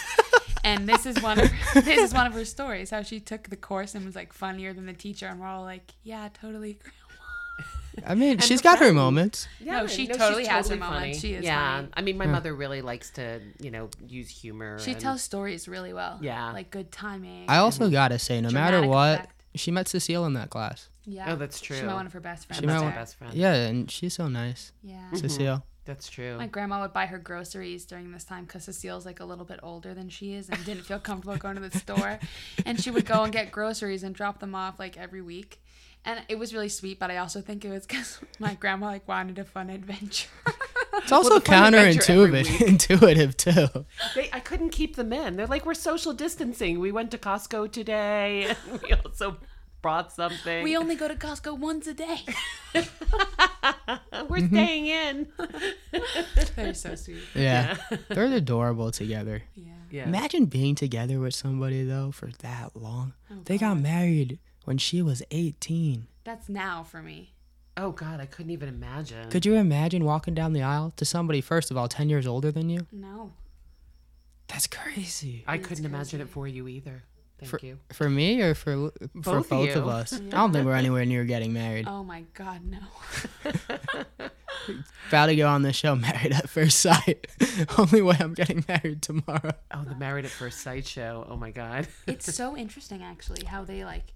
S1: and this is one of her, this is one of her stories. How she took the course and was like funnier than the teacher, and we're all like, yeah, totally. Grandma.
S2: I mean, she's got her
S3: profound.
S2: moments.
S1: No, she totally has her moment. She is
S3: yeah.
S1: funny.
S3: I mean, my mother really likes to, you know, use humor.
S1: She
S3: and-
S1: tells stories really well.
S3: Yeah.
S1: like good timing.
S2: I also gotta say, no matter
S1: Dramatic
S2: what,
S1: effect.
S2: she met Cecile in that class.
S1: yeah.
S3: Oh, that's true.
S1: She met one of her best friends.
S3: She met
S1: there.
S3: one best friend.
S2: Yeah, and she's so nice,
S1: Yeah.
S2: Cecile.
S3: That's true.
S1: My grandma would buy her groceries during this time because Cecile's like a little bit older than she is and didn't feel comfortable going to the store. And she would go and get groceries and drop them off like every week. And it was really sweet, but I also think it was because my grandma like wanted a fun adventure.
S2: It's also
S3: the fun adventure every
S2: counterintuitive, intuitive too.
S3: They, I couldn't keep them in. They're like, we're social distancing. We went to Costco today. And we also brought something.
S1: we only go to Costco once a day.
S2: Mm-hmm.
S3: we're staying in.
S1: They're so sweet.
S2: Yeah, they're adorable together.
S1: Yeah.
S3: Yeah.
S2: Imagine being together with somebody though for that long.
S3: Oh,
S2: they got married when she was 18.
S1: That's now for me.
S3: oh God, I couldn't even imagine.
S2: Could you imagine walking down the aisle to somebody first of all 10 years older than you?
S1: No.
S2: That's crazy.
S3: I couldn't imagine it for you either. Thank
S2: For,
S3: you.
S2: for me or for l- for
S3: Both of
S2: both of,
S3: you.
S2: us? I don't think we're anywhere near getting married.
S1: Oh my God, no.
S2: About to go on the show Married at First Sight. Only way I'm getting married tomorrow.
S3: Oh, the married at first sight show. Oh my God.
S1: It's so interesting actually how they like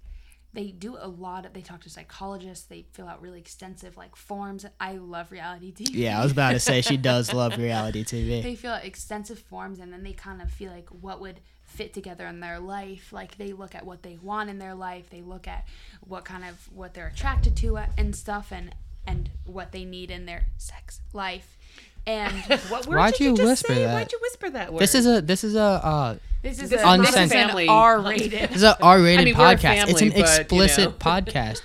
S1: they do a lot of they talk to psychologists, they fill out really extensive like forms. I love reality TV.
S2: Yeah, I was about to say she does love reality TV.
S1: they fill out extensive forms and then they kind of feel like what would fit together in their life like they look at what they want in their life they look at what kind of what they're attracted to a- and stuff and and what they need in their sex life and
S3: What word
S2: Why'd
S3: did you,
S2: you
S3: just
S2: whisper
S3: say?
S2: that?
S3: Why'd you whisper that word?
S2: This is a this is a uh,
S1: this is
S3: This
S1: a,
S2: is
S1: this is
S2: not
S1: an
S3: family.
S1: r-rated
S2: this is a R-rated
S3: I mean, we're a
S2: podcast. it's
S3: family,
S2: an
S3: but, you know.
S2: explicit podcast.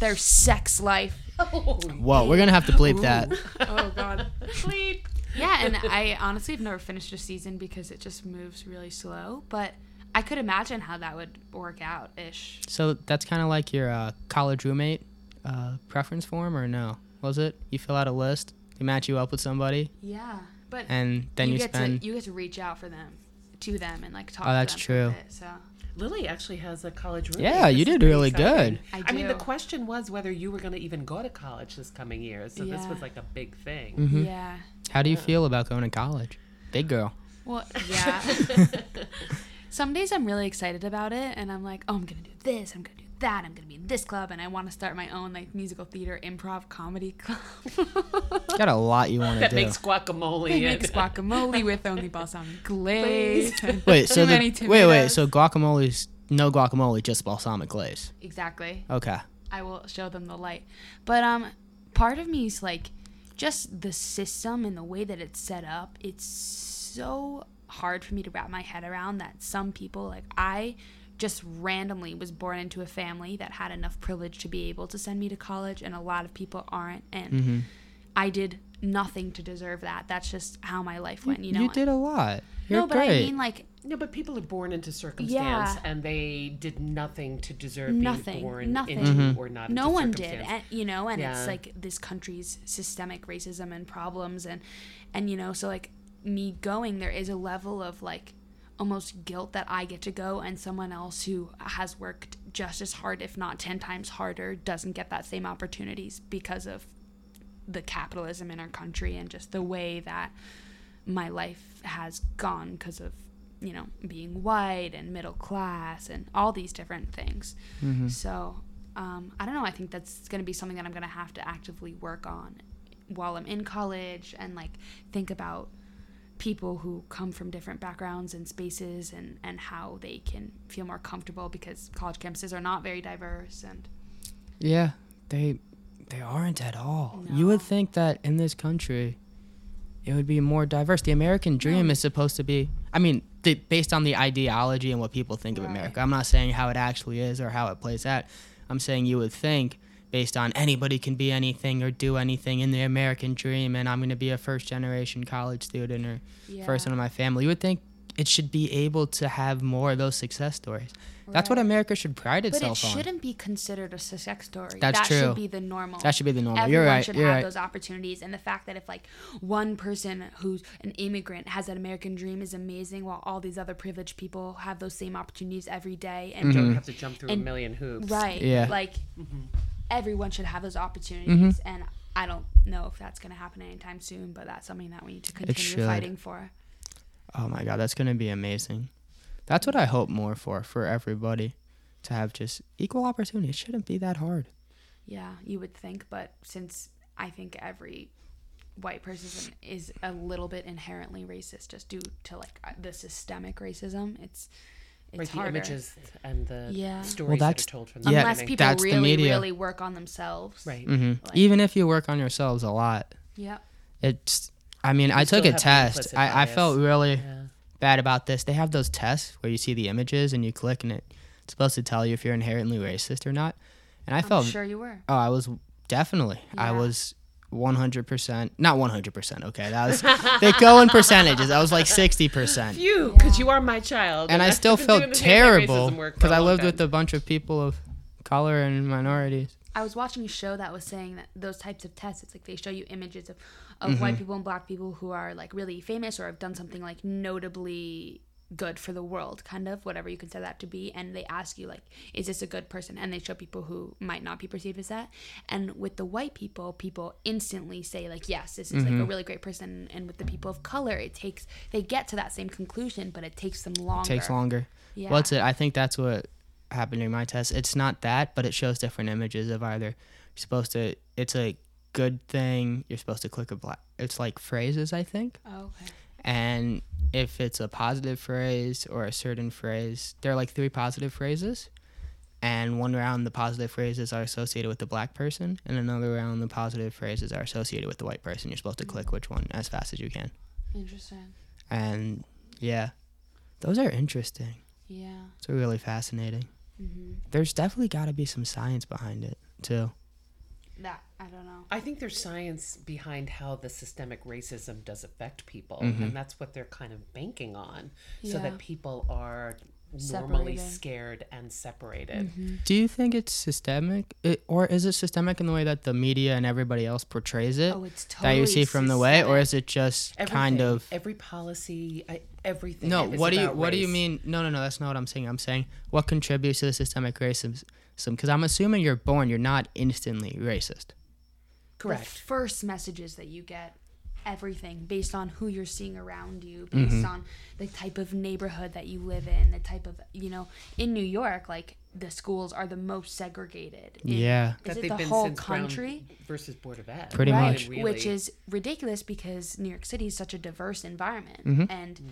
S1: their sex life
S2: Whoa, we're gonna have to bleep that.
S1: oh god
S3: Bleep.
S1: yeah and i honestly have never finished a season because it just moves really slow but i could imagine how that would work out ish
S2: So that's kind of like your uh, college roommate uh, preference form, or no? Was it? You fill out a list, they match you up with somebody,
S1: yeah but
S2: and then you,
S1: get
S2: spend.
S1: to you get to reach out for them to them and like talk
S2: Oh, that's
S1: to them
S2: true.
S1: for a bit, so
S3: Lily actually has a college roommate.
S2: yeah, you
S3: This is
S2: did
S3: pretty
S2: really
S3: exciting.
S2: good.
S1: I
S3: I, mean, the
S1: do.
S3: question was whether you were going to even go to college this coming year. So this
S1: Yeah.
S3: was like a big thing.
S2: Mm-hmm.
S1: yeah
S2: How do you feel about going to college? Big girl.
S1: well yeah some days i'm really excited about it and i'm like oh i'm gonna do this i'm gonna do that i'm gonna be in this club and i want to start my own like musical theater improv comedy club
S2: You Got a lot you want to
S3: That
S2: do.
S3: makes guacamole.
S1: they
S3: and-
S1: make guacamole with only balsamic glaze and
S2: wait, so
S1: too
S2: the,
S1: many
S2: wait, wait,
S1: tomatoes.
S2: so guacamole's no guacamole, just balsamic glaze.
S1: exactly
S2: Okay.
S1: I will show them the light. But um part of me is like just the system and the way that it's set up, it's so hard for me to wrap my head around that some people like I just randomly was born into a family that had enough privilege to be able to send me to college and a lot of people aren't and
S2: Mm-hmm.
S1: I did nothing to deserve that. That's just how my life went, you know.
S2: You did a lot. You're
S1: no, but
S2: great.
S1: I mean like
S3: No, but people are born into circumstance
S1: Yeah.
S3: and they did nothing to deserve
S1: Nothing,
S3: being born
S1: nothing.
S3: into
S2: Mm-hmm.
S3: or not
S1: no
S3: into
S1: one did
S3: circumstance.
S1: and, you know and
S3: Yeah.
S1: it's like this country's systemic racism and problems and and you know so like me going there is a level of like almost guilt that i get to go and someone else who has worked just as hard if not 10 times harder doesn't get that same opportunities because of the capitalism in our country and just the way that my life has gone because of you know being white and middle class and all these different things so um, i don't know i think that's going to be something that i'm going to have to actively work on while i'm in college and like think about people who come from different backgrounds and spaces and, and how they can feel more comfortable because college campuses are not very diverse and
S2: Yeah, they they aren't at all. You would
S1: No.
S2: think that in this country, it would be more diverse. The American dream is supposed to be. I mean, the, based on the ideology and what people think of
S1: Right.
S2: America. I'm not saying how it actually is or how it plays out. I'm saying you would think based on anybody can be anything or do anything in the American dream, and I'm going to be a first generation college student or
S1: yeah.
S2: first one in my family. You would think it should be able to have more of those success stories. That's what
S1: Right.
S2: America should pride
S1: but it
S2: itself on.
S1: shouldn't be considered a success story.
S2: That's
S1: that
S2: true.
S1: should be the normal.
S2: That should be the normal.
S1: Everyone
S2: You're right.
S1: should
S2: You're
S1: have
S2: right.
S1: those opportunities, and the fact that if like one person who's an immigrant has that American dream is amazing, while all these other privileged people have those same opportunities every day and
S3: Don't have to jump through a
S1: And-
S3: million hoops.
S1: Right.
S2: Mm-hmm. Yeah.
S1: Like everyone should have those opportunities,
S2: Mm-hmm.
S1: and I don't know if that's going to happen anytime soon, but that's something that we need to
S2: should.
S1: continue fighting for.
S2: Oh my god, that's gonna be amazing. That's what I hope more for for everybody to have just equal opportunity. It shouldn't be that hard.
S1: Yeah, you would think, but since I think every white person is a little bit inherently racist, just due to like uh, the systemic racism, it's it's
S3: Right, the
S1: harder.
S3: images and the
S1: Yeah.
S3: stories
S2: Well,
S3: that
S2: that's-
S3: are told from the
S2: yeah,
S1: Unless
S3: beginning.
S1: people
S2: that's the
S1: really,
S2: media.
S1: really work on themselves.
S3: Right.
S2: Mm-hmm.
S1: Like-
S2: Even if you work on yourselves a lot,
S1: Yep.
S2: it's. I mean, I
S3: still
S2: took a
S3: have the
S2: test.
S3: implicit
S2: I, I
S3: bias.
S2: felt really
S3: Yeah.
S2: bad about this. They have those tests where you see the images and you click, and it, it's supposed to tell you if you're inherently racist or not. And I
S1: I'm
S2: felt
S1: sure you were.
S2: Oh, I was definitely. I
S1: Yeah.
S2: was 100%. Not 100%. Okay. That was they go in percentages. I was like 60%.
S3: You,
S1: Yeah.
S3: because you are my child.
S2: And I
S3: I've
S2: still
S3: been doing
S2: felt
S3: the same anti-racism
S2: terrible
S3: work for a
S2: because I
S3: long
S2: lived
S3: time.
S2: with a bunch of people of color and minorities.
S1: I was watching a show that was saying that those types of tests, it's like they show you images of, of white people and black people who are like really famous or have done something like notably good for the world, kind of, whatever you consider that to be. And they ask you, like, is this a good person? And they show people who might not be perceived as that. And with the white people, people instantly say, like, yes, this is like a really great person. And with the people of color, it takes, they get to that same conclusion, but it takes them longer.
S2: Takes longer.
S1: Yeah.
S2: What's it? I think that's what happened during my test. It's not that, but it shows different images of either. You're supposed to, it's a good thing. You're supposed to click a black. It's like phrases, I think.
S1: Oh, okay.
S2: and if it's a positive phrase or a certain phrase, there are like three positive phrases, and one round the positive phrases are associated with the black person, and another round the positive phrases are associated with the white person. You're supposed to click which one as fast as you can,
S1: Interesting.
S2: and yeah, those are interesting.
S1: Yeah.
S2: Those are really fascinating.
S1: Mm-hmm.
S2: There's definitely got to be some science behind it too.
S1: That, I don't know.
S3: I think there's science behind how the systemic racism does affect people,
S2: Mm-hmm.
S3: and that's what they're kind of banking on, so
S1: Yeah.
S3: that people are normally
S1: Separated.
S3: scared and separated.
S2: Do you think it's systemic, it, or is it systemic in the way that the media and everybody else portrays it?
S1: Oh, it's
S2: that
S1: totally
S2: you see from the way, or is it just kind
S3: Everything,
S2: of
S3: every policy, I, everything.
S2: No,
S3: is
S2: what do you
S3: about
S2: what do you
S3: race.
S2: mean? No, no, no. That's not what I'm saying. I'm saying what contributes to the systemic racism? Because I'm assuming you're born, you're not instantly racist.
S1: the
S3: Correct.
S1: first messages that you get everything based on who you're seeing around you
S2: Mm-hmm.
S1: based on the type of neighborhood that you live in the type of you know in new york like the schools are the most segregated in-
S2: Yeah.
S1: is
S3: That
S1: it
S3: they've
S1: the
S3: been
S1: whole
S3: since Brown
S1: country
S3: versus Board of Ed.
S2: Pretty
S1: right
S2: much.
S1: which is ridiculous because new york city is such a diverse environment
S2: Mm-hmm.
S1: and
S3: Mm.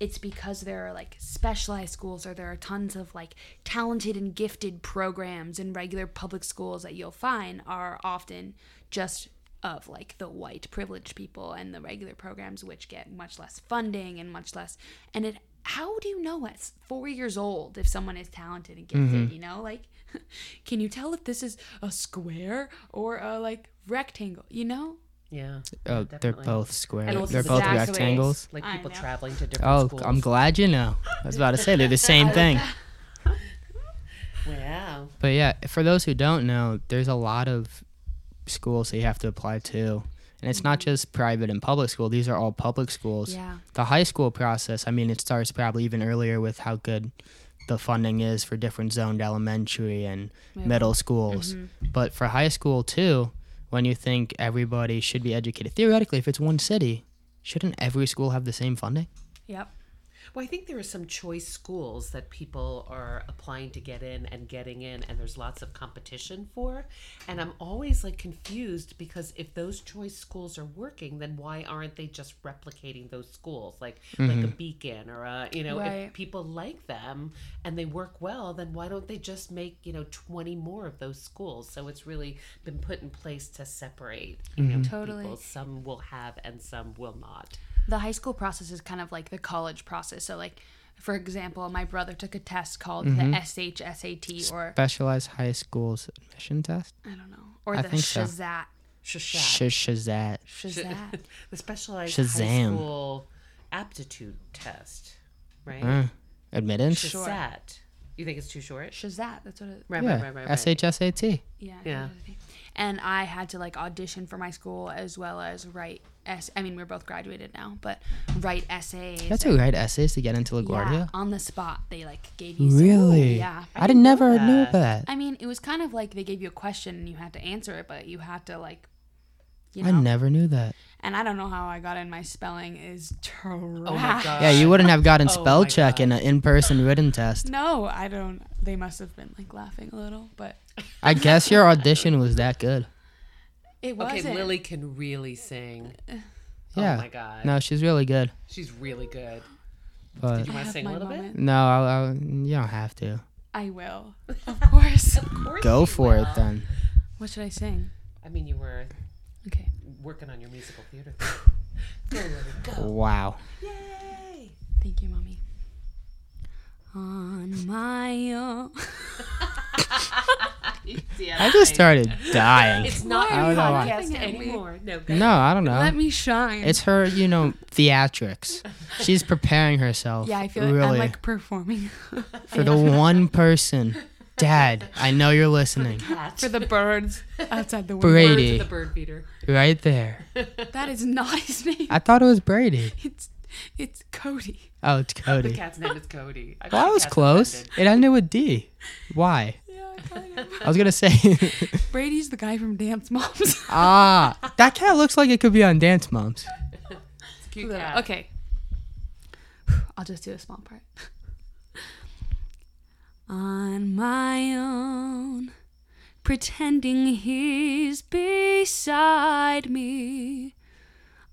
S1: it's because there are like specialized schools or there are tons of like talented and gifted programs in regular public schools that you'll find are often just of like the white privileged people and the regular programs which get much less funding and much less and it how do you know at s- four years old if someone is talented and gifted you know like can you tell if this is a square or a like rectangle you know
S3: yeah.
S2: Oh,
S3: definitely.
S2: they're both square.
S3: And also
S2: They're
S3: the
S2: both
S1: size.
S2: rectangles.
S3: Like
S1: I
S3: people
S1: know.
S3: traveling to different
S2: Oh,
S3: schools.
S2: I'm glad you know. I was about to say they're the same thing.
S3: Wow.
S2: But yeah, for those who don't know, there's a lot of schools that you have to apply to. And it's not just private and public school. These are all public schools.
S1: Yeah.
S2: The high school process, I mean, it starts probably even earlier with how good the funding is for different zoned elementary and middle schools. But for high school too, when you think everybody should be educated, theoretically, if it's one city, shouldn't every school have the same funding?
S1: yep
S3: Well, I think there are some choice schools that people are applying to get in and getting in, and there's lots of competition for. And I'm always like confused because if those choice schools are working, then why aren't they just replicating those schools, like like a Beacon or a you know, if
S1: Right.
S3: people like them and they work well, then why don't they just make you know 20 more of those schools? So it's really been put in place to separate you know
S1: Totally.
S3: people. Some will have and some will not.
S1: the high school process is kind of like the college process. So like for example, my brother took a test called
S2: Mm-hmm.
S1: the SHSAT or
S2: Specialized high schools admission test.
S1: I don't know, or
S2: I
S1: the
S2: think so.
S1: Shazat.
S3: Shashat.
S2: Sh- Shazat.
S1: Shazat.
S3: the specialized high
S2: Shazam.
S3: school aptitude test, right?
S2: Uh, admittance.
S3: Shazat. You think it's too short?
S1: Shazat. That's what it.
S3: Right,
S2: yeah.
S3: right, right, right. right.
S2: SHSAT.
S1: Yeah.
S3: Yeah.
S1: And I had to like audition for my school as well as write. Es- I mean, we're both graduated now, but write essays.
S2: That's a great essays to get into
S1: yeah,
S2: LaGuardia.
S1: on the spot. They like gave you. some-
S2: Really?
S1: yeah.
S2: I, didn't never
S3: know
S2: knew
S3: that.
S2: that.
S1: I mean, it was kind of like they gave you a question and you had to answer it, but you had to like, you know.
S2: I never knew that.
S1: and I don't know how I got in. My spelling is trash.
S3: Oh my god.
S2: Yeah, you wouldn't have gotten
S3: Oh
S2: spell
S3: my
S2: check in an in-person written test.
S1: No, I don't. They must have been like laughing a little, but
S2: I guess your audition was that good.
S1: it
S3: Okay,
S1: wasn't.
S3: Lily can really sing.
S2: Yeah.
S3: Oh my god.
S2: No, she's really good.
S3: She's really good.
S2: But
S3: You
S1: I
S3: want to
S1: have
S3: sing
S1: my
S3: a little
S1: moment.
S2: no, I, I, you don't have to.
S1: I will, of course.
S3: bit? Of course.
S2: Go
S3: you
S2: for it
S3: will.
S2: then.
S1: what should I sing?
S3: I mean, you were
S1: Okay.
S3: working on your musical theater. thing. go, Lily, go.
S2: Wow.
S3: Yay!
S1: Thank you, mommy. On my own.
S2: I just started dying.
S3: It's not
S1: Why
S2: are
S3: our
S2: you
S3: podcast
S1: laughing at me?
S3: anymore. No, go.
S2: No, I don't know.
S1: Let me shine.
S2: It's her, you know, theatrics. She's preparing herself.
S1: yeah, I feel
S2: really
S1: like I'm like performing
S2: for the one person. Dad, I know you're listening.
S3: Cat.
S1: for the birds outside the window.
S3: Bird to
S2: Brady,
S3: the bird feeder.
S2: right there.
S1: That is not his name.
S2: I thought it was Brady.
S1: It's it's Cody.
S2: Oh, it's
S3: The
S2: Cody.
S3: cat's name is Cody. I
S2: Well, I
S3: got
S2: was
S3: cats
S2: close.
S3: offended.
S2: It ended with D. Why?
S1: Yeah, I kind of.
S2: I was gonna say,
S1: Brady's the guy from Dance Moms.
S2: ah, that cat looks like it could be on Dance Moms.
S3: It's a cute
S1: Little-
S3: cat.
S1: Okay. I'll just do a small part. On my own, pretending he's beside me.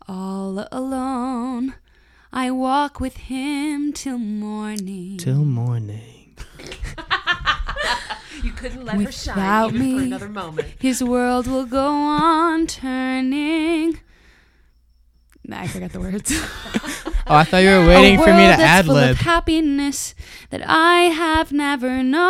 S1: All alone, I walk with him till morning.
S2: Till morning.
S3: You couldn't let her shine
S1: Without
S3: even for
S1: me.
S3: another moment.
S1: His world will go on turning. Nah, I forgot the words.
S2: Oh, I thought you were waiting
S1: a
S2: for me
S1: world
S2: to
S1: Oh, that's
S2: ad
S1: full of
S2: lib.
S1: happiness that I have never known.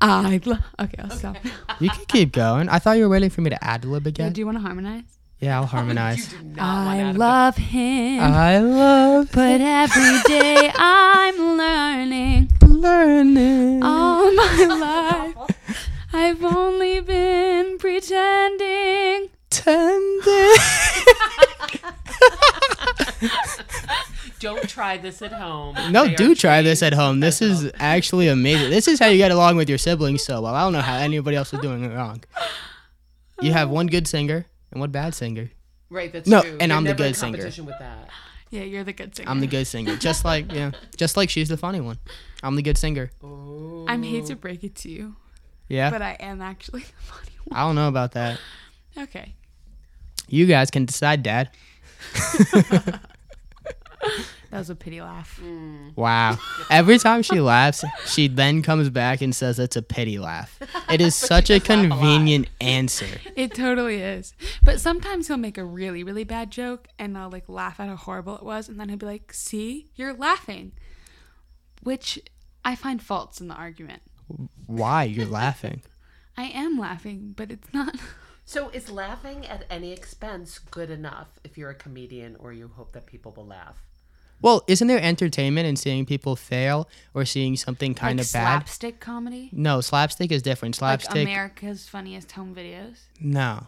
S1: I lo- okay, I'll stop. now.
S2: You can keep going. I thought you were waiting for me to ad lib again.
S1: Do you want to harmonize?
S2: Yeah, I'll
S3: You
S2: harmonize.
S3: do not want
S1: I
S3: Adam
S1: love him,
S2: I love
S1: but every day I'm learning.
S2: learning.
S1: All my life, I've only been pretending.
S2: Tender.
S3: to- Don't try this at home.
S2: No,
S3: They are
S2: do try this
S3: trained
S2: at home. This is
S3: professionals.
S2: actually amazing. This is how you get along with your siblings so well. I don't know how anybody else is doing it wrong. You have one good singer and one bad singer.
S3: right. That's
S2: No,
S3: true.
S2: and
S3: You're
S2: I'm the
S3: never in
S2: good singer.
S3: competition With that.
S1: Yeah, you're the good singer.
S2: I'm the good singer. Just like yeah. Just like she's the funny one. I'm the good singer.
S3: Ooh.
S1: I'm hate to break it to you,
S2: Yeah.
S1: but I am actually the funny
S2: I don't know about that.
S1: one. Okay.
S2: You guys can decide, Dad.
S1: That was a pity laugh.
S2: Wow. Every time she laughs, she then comes back and says it's a pity laugh. It is such a convenient answer.
S1: It totally is. But sometimes he'll make a really, really bad joke and I'll like laugh at how horrible it was. And then he'll be like, see, you're laughing. Which I find faults in the argument.
S2: Why you're laughing?
S1: I am laughing, but it's not.
S3: So is laughing at any expense good enough if you're a comedian or you hope that people will laugh?
S2: Well, isn't there entertainment in seeing people fail or seeing something kind
S1: like
S2: of bad?
S1: slapstick comedy.
S2: No, slapstick is different. Slapstick.
S1: Like America's Funniest Home Videos.
S2: no.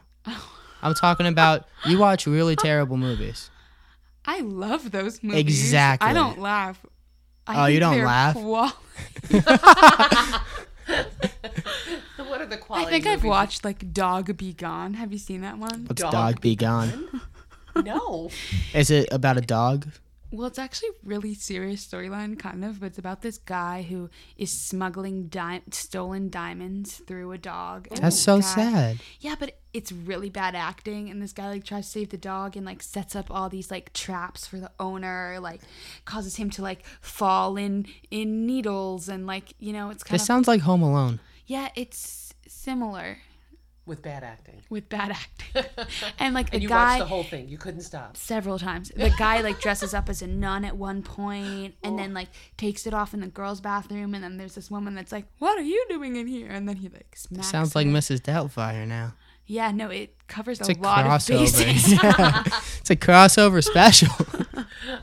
S2: I'm talking about you watch really terrible movies.
S1: I love those movies.
S2: Exactly.
S1: I don't laugh.
S2: Oh,
S1: I
S2: you
S1: think
S2: don't
S1: they're
S2: laugh?
S1: qual-
S3: So what are the
S1: I
S3: qualities?
S1: think I've watched like Dog Be Gone. Have you seen that one?
S2: What's
S3: Dog
S2: dog, be gone?
S3: No.
S2: Is it about a dog?
S1: Well, it's actually a really serious storyline, kind of, but it's about this guy who is smuggling di- stolen diamonds through a dog. and
S2: That's
S1: this
S2: so
S1: guy-
S2: sad.
S1: Yeah, but it's really bad acting, and this guy like tries to save the dog and like sets up all these like traps for the owner, like causes him to like fall in in needles and like you know it's kind
S2: This
S1: of
S2: sounds like Home Alone.
S1: yeah, it's similar
S3: With bad acting.
S1: with bad acting, and like the
S3: And you
S1: guy
S3: watched the whole thing. You couldn't stop.
S1: several times. The guy like dresses up as a nun at one point and then like takes it off in the girls' bathroom and then there's this woman that's like, "What are you doing in here?" And then he like smacks.
S2: Sounds like Mrs. Doubtfire now.
S1: Yeah, no, it covers
S2: It's
S1: a,
S2: a
S1: lot of
S2: crossover.
S1: bases.
S2: Yeah. It's a crossover special.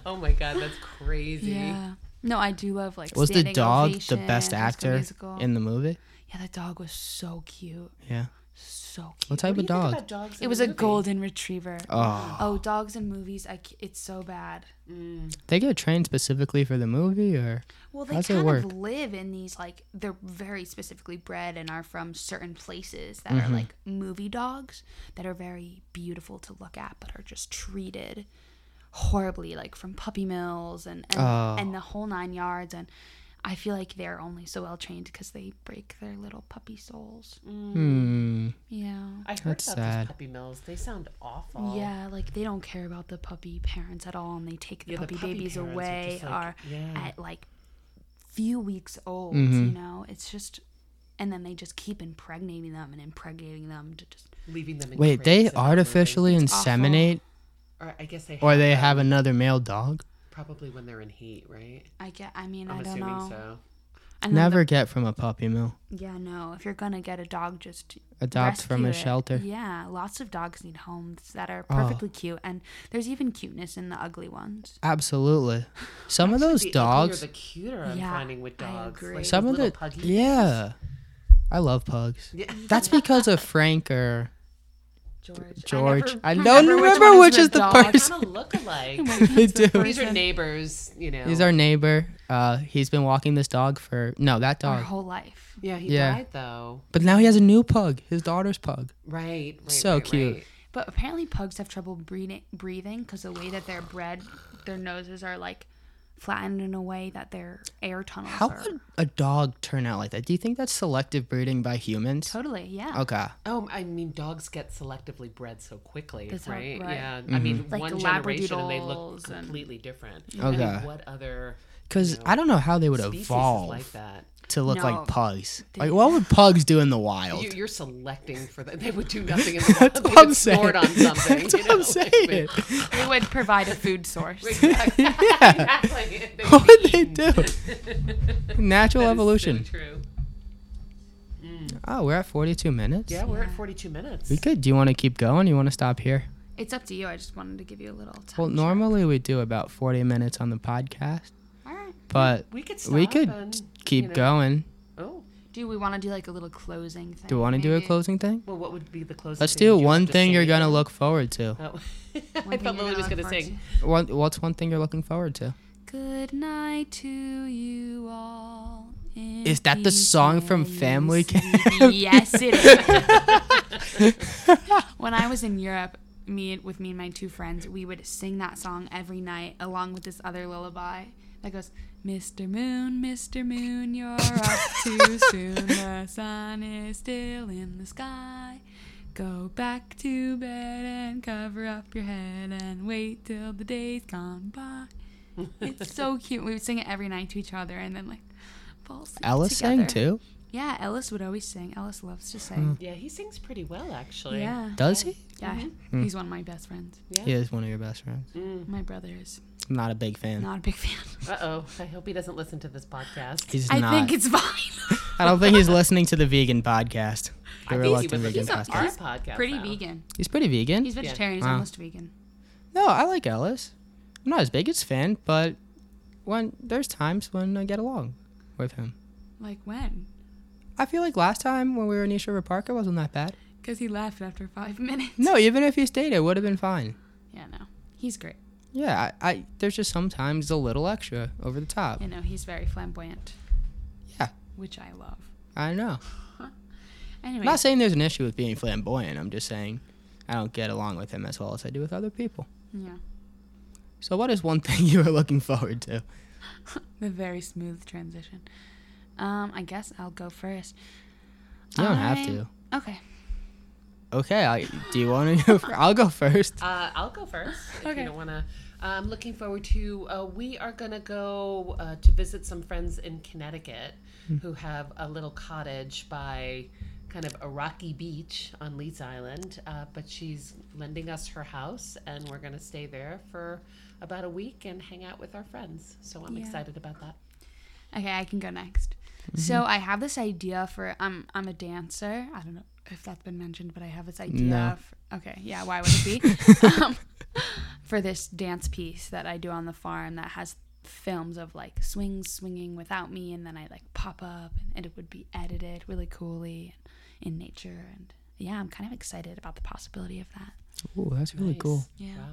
S3: Oh my god, that's crazy.
S1: yeah. No, I do love like
S2: Was the
S1: standing
S2: dog the
S1: ovation,
S2: best
S1: High School
S2: actor
S1: Musical.
S2: in the movie?
S1: yeah, that dog was so cute.
S2: Yeah.
S1: So cute.
S2: What type
S3: What do
S2: of
S3: you think
S2: dog?
S3: about dogs in
S1: it was
S3: the
S1: a
S3: movie?
S1: golden retriever.
S2: Oh,
S1: Oh, dogs in movies, I c- it's so bad.
S2: they get trained specifically for the movie, or
S1: Well, they
S2: How's it
S1: kind
S2: work?
S1: of live in these like they're very specifically bred and are from certain places that
S2: Mm-hmm.
S1: are like movie dogs that are very beautiful to look at but are just treated horribly like from puppy mills and and,
S2: Oh.
S1: and the whole nine yards and I feel like they're only so well trained because they break their little puppy souls.
S2: hmm,
S1: Yeah.
S3: I heard
S2: That's
S3: about
S2: sad.
S3: those puppy mills. They sound awful.
S1: Yeah, like they don't care about the puppy parents at all, and they take the,
S3: Yeah, the
S1: puppy,
S3: puppy
S1: babies
S3: parents are
S1: away
S3: just like-
S1: are
S3: yeah.
S1: at like few weeks old.
S2: Mm-hmm.
S1: You know, it's just, and then they just keep impregnating them and impregnating them to just.
S3: Leaving them in
S2: wait,
S3: crates
S2: they
S3: and all moving.
S2: artificially inseminate,
S3: or I guess they
S2: or they
S3: them
S2: have another male dog?
S3: probably when they're in heat, right?
S1: I get. I mean,
S3: I'm
S1: I don't
S3: assuming
S1: know.
S3: so.
S1: And then
S2: Never get from a puppy mill.
S1: the- yeah, no. If you're gonna get a dog, just
S2: Adopt from
S1: rescue
S2: a
S1: it.
S2: shelter. Oh.
S1: Yeah, lots of dogs need homes that are perfectly cute, and there's even cuteness in the ugly ones.
S2: Absolutely. Some of those
S3: The
S2: dogs.
S3: uglier, the cuter I'm
S1: Yeah,
S3: finding with
S1: I
S3: dogs.
S1: agree.
S3: Like
S2: some of the
S3: puggy.
S2: yeah. I love pugs.
S3: Yeah.
S2: That's because of Frank or
S1: George.
S2: George.
S3: never-
S2: I,
S3: I
S2: don't
S1: never- which
S2: remember
S1: one
S2: which,
S1: is
S2: is
S1: the
S2: the
S1: dog? I
S3: They
S2: person.
S3: kind of look
S1: Oh
S3: alike.
S2: They do.
S3: These are
S1: person.
S3: neighbors, you know.
S2: He's our neighbor. Uh, he's been walking this dog for no that
S1: Our
S2: dog,
S1: whole life.
S3: yeah. He
S2: Yeah.
S3: died though.
S2: but now he has a new pug. His daughter's pug.
S3: Right. right
S2: So
S3: right,
S2: cute.
S3: right.
S1: But apparently, pugs have trouble breathing breathing because the way that they're bred, their noses are like flattened in a way that their air tunnels
S2: How
S1: are.
S2: could a dog turn out like that? Do you think that's selective breeding by humans?
S1: Totally, yeah.
S2: Okay.
S3: Oh, I mean, dogs get selectively bred so quickly,
S1: That's how-
S3: right?
S1: right.
S3: Yeah.
S2: Mm-hmm.
S3: I mean,
S1: Like
S3: one generation and they look
S1: Labradoodles and-
S3: completely different. I mean,
S2: Okay.
S3: what other
S2: Because
S3: You know,
S2: I don't know how they would
S3: species is
S2: evolve
S3: like that?
S2: to look
S1: No.
S2: like pugs.
S1: They-
S2: Like, what would pugs do in the wild?
S3: You, you're selecting for them. They would do nothing in the wild.
S2: That's
S3: They
S2: what I'm
S3: would
S2: saying.
S3: snort on something.
S2: That's
S3: you
S2: what I'm
S3: know, like,
S2: saying.
S1: They would provide a food source.
S3: Exactly.
S2: Yeah.
S3: Exactly. They
S2: What
S3: would
S2: would they do? Natural
S3: That is so
S2: evolution.
S3: true.
S2: Oh, we're at 42 minutes.
S3: Yeah, we're at 42 minutes.
S2: We could. Do you want to keep going? You want to stop here?
S1: it's up to you. I just wanted to give you a little time.
S2: Well, normally we do about 40 minutes on the podcast,
S1: All right.
S2: but
S3: We could stop
S2: we could
S3: and,
S2: keep
S3: you know-
S2: going.
S3: Oh,
S1: Do we want to do like a little closing thing?
S2: Do you want to do a
S1: maybe?
S2: closing thing?
S3: well, what would be the closest?
S2: Let's
S3: thing?
S2: do
S3: Would you
S2: one
S3: have to
S2: thing
S3: say
S2: you're going to
S3: anything?
S2: look forward to.
S3: Oh. I
S1: One thing
S3: thought
S1: you're
S3: Lily was
S1: gonna
S3: going to
S1: look forward
S3: sing.
S2: What, what's one thing you're looking forward to?
S1: Good night to you all. in
S2: Is that the song
S1: peace
S2: from
S1: and
S2: Family
S1: sleep.
S2: Camp?
S1: Yes, it is. when I was in Europe, me and- with me and my two friends, we would sing that song every night along with this other lullaby that goes, "Mr. Moon, Mr. Moon, you're up too soon. The sun is still in the sky." Go back to bed and cover up your head and wait till the day's gone by. It's so cute. We would sing it every night to each other and then like fall asleep.
S2: Alice sang
S1: together.
S2: too?
S1: Yeah, Ellis would always sing. Ellis loves to
S2: Mm.
S1: sing.
S3: Yeah, he sings pretty well, actually.
S1: Yeah.
S2: Does he?
S1: Yeah.
S2: Mm.
S1: He's one of my best friends.
S2: He is one of your best friends.
S1: My brother is
S2: I'm not a big fan.
S1: not a big
S3: Uh
S1: fan.
S3: oh. I hope he doesn't listen to this podcast.
S2: He's
S1: I
S2: not.
S1: think it's fine.
S2: I don't think he's listening to the vegan podcast. The
S3: I think he
S2: reluctant
S3: would
S2: vegan
S3: listen to
S2: podcast.
S3: our podcast.
S1: Pretty
S3: though.
S1: vegan.
S2: He's pretty vegan.
S1: He's vegetarian. He's
S2: Wow.
S1: almost vegan.
S2: No, I like Ellis. I'm not his biggest fan, but when there's times when I get along with him.
S1: Like when?
S2: I feel like last time when we were in East River Park, it wasn't that bad.
S1: Because he left after five minutes.
S2: No, even if he stayed, it would have been fine.
S1: Yeah, no. He's great.
S2: Yeah, I, I there's just sometimes a little extra over the top.
S1: You know, he's very flamboyant.
S2: Yeah.
S1: Which I love.
S2: I know.
S1: Anyway,
S2: I'm not saying there's an issue with being flamboyant. I'm just saying I don't get along with him as well as I do with other people.
S1: Yeah.
S2: So, what is one thing you are looking forward to?
S1: The very smooth transition. Um, I guess I'll go first.
S2: You don't have
S1: I-
S2: to.
S1: Okay.
S2: Okay, I, do you want to go? fir- I'll go first.
S3: Uh, I'll go first. If
S1: Okay.
S3: you don't want to. I'm looking forward to. Uh, we are gonna go uh, to visit some friends in Connecticut
S1: Hmm.
S3: who have a little cottage by kind of a rocky beach on Leeds Island. Uh, but she's lending us her house, and we're gonna stay there for about a week and hang out with our friends. So I'm
S1: Yeah.
S3: excited about that.
S1: Okay, I can go next. So I have this idea for I'm I'm a dancer. I don't know if that's been mentioned, but I have this idea.
S2: No.
S1: For, okay, yeah. Why would it be? um, for this dance piece that I do on the farm that has films of like swings swinging without me, and then I like pop up, and it would be edited really coolly in nature, and yeah, I'm kind of excited about the possibility of that.
S2: Ooh, that's really
S3: Nice.
S2: cool.
S1: Yeah.
S3: Wow.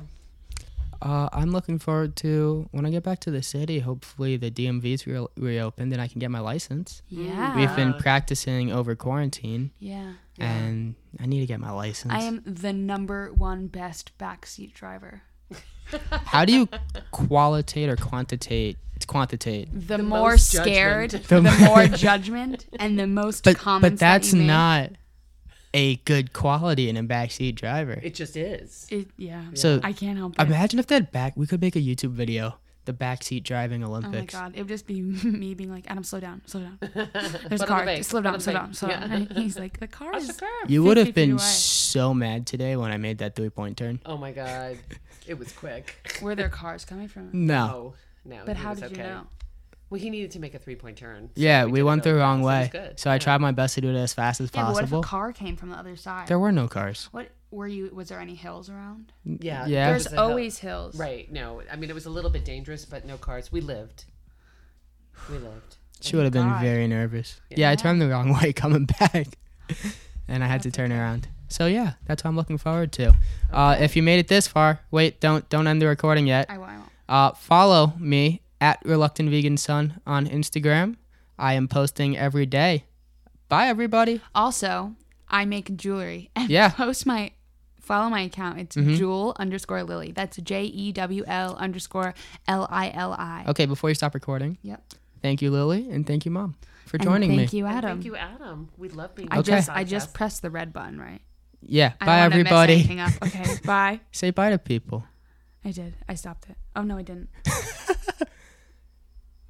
S2: Uh, I'm looking forward to when I get back to the city. Hopefully, the DMV's re- reopened and I can get my license.
S1: Yeah.
S2: We've been
S3: Ah.
S2: practicing over quarantine,
S1: yeah.
S3: Yeah.
S2: and I need to get my license.
S1: I am the number one best backseat driver.
S2: How do you qualitate or quantitate? It's quantitate.
S1: the,
S3: The
S1: more
S3: most
S1: scared,
S3: judgment.
S1: the more judgment, and the most
S2: But
S1: comments.
S2: but that's
S1: that you make.
S2: not a good quality in a backseat driver.
S3: It just is.
S1: It, yeah.
S2: So-
S1: I can't help it.
S2: Imagine if that back we could make a YouTube video, the backseat driving
S1: Oh my
S2: Olympics.
S1: god! It would just be me being like, Adam, slow down, slow down. There's a
S3: Put on the
S1: car.
S3: brakes,
S1: slow
S3: put on
S1: down,
S3: the
S1: slow
S3: brakes."
S1: down, slow down.
S3: Yeah.
S1: And he's like, the car
S3: That's the
S1: is.
S3: curve.
S2: you would
S1: 50
S2: have
S1: feet
S2: been
S1: away.
S2: so mad today when I made that three point turn.
S3: Oh my god, it was quick.
S1: Where their cars coming from?
S2: No.
S3: Oh no.
S1: But
S3: he
S1: how
S3: was
S1: did you
S3: okay.
S1: know?
S3: Well, he needed to make a three-point turn. so
S2: yeah,
S3: we
S2: we
S3: did it
S2: went the
S3: really
S2: wrong way.
S3: fast. It was good.
S2: So I tried my best to do it as fast as
S1: Yeah, but what if a
S2: possible.
S1: car came from the other side?
S2: there were no cars.
S1: what were you? Was there any hills around?
S2: Yeah.
S3: Yeah. it
S2: There's
S1: There's
S3: was a hill.
S1: always hills.
S3: Right. No. I mean, it was a little bit dangerous, but no cars. We lived. We lived.
S2: She would have been
S1: God.
S2: very nervous. Yeah. I turned the wrong way coming back, and I had to turn around. So yeah, that's what I'm looking forward to. Uh, if you made it this far, wait, don't don't end the recording yet.
S1: I won't. I won't.
S2: Uh, follow me at Reluctant Vegan Son on Instagram. I am posting every day. Bye, everybody.
S1: Also, I make jewelry and
S2: Yeah.
S1: post my follow my account. It's
S2: Mm-hmm.
S1: jewel underscore lily. That's J E W L underscore L I L I.
S2: Okay, before you stop recording,
S1: Yep.
S2: thank you, Lily, and thank you, Mom, for
S1: And
S2: joining
S1: thank
S2: me.
S1: you,
S3: And
S1: Adam.
S3: Thank you, Adam. We love being.
S1: I
S3: on the
S1: just I just
S3: podcast.
S1: pressed the red button, right?
S2: Yeah,
S1: I
S2: bye,
S1: don't wanna mess anything
S2: everybody.
S1: up. Okay. bye.
S2: Say bye to people.
S1: I did. I stopped it. Oh no, I didn't.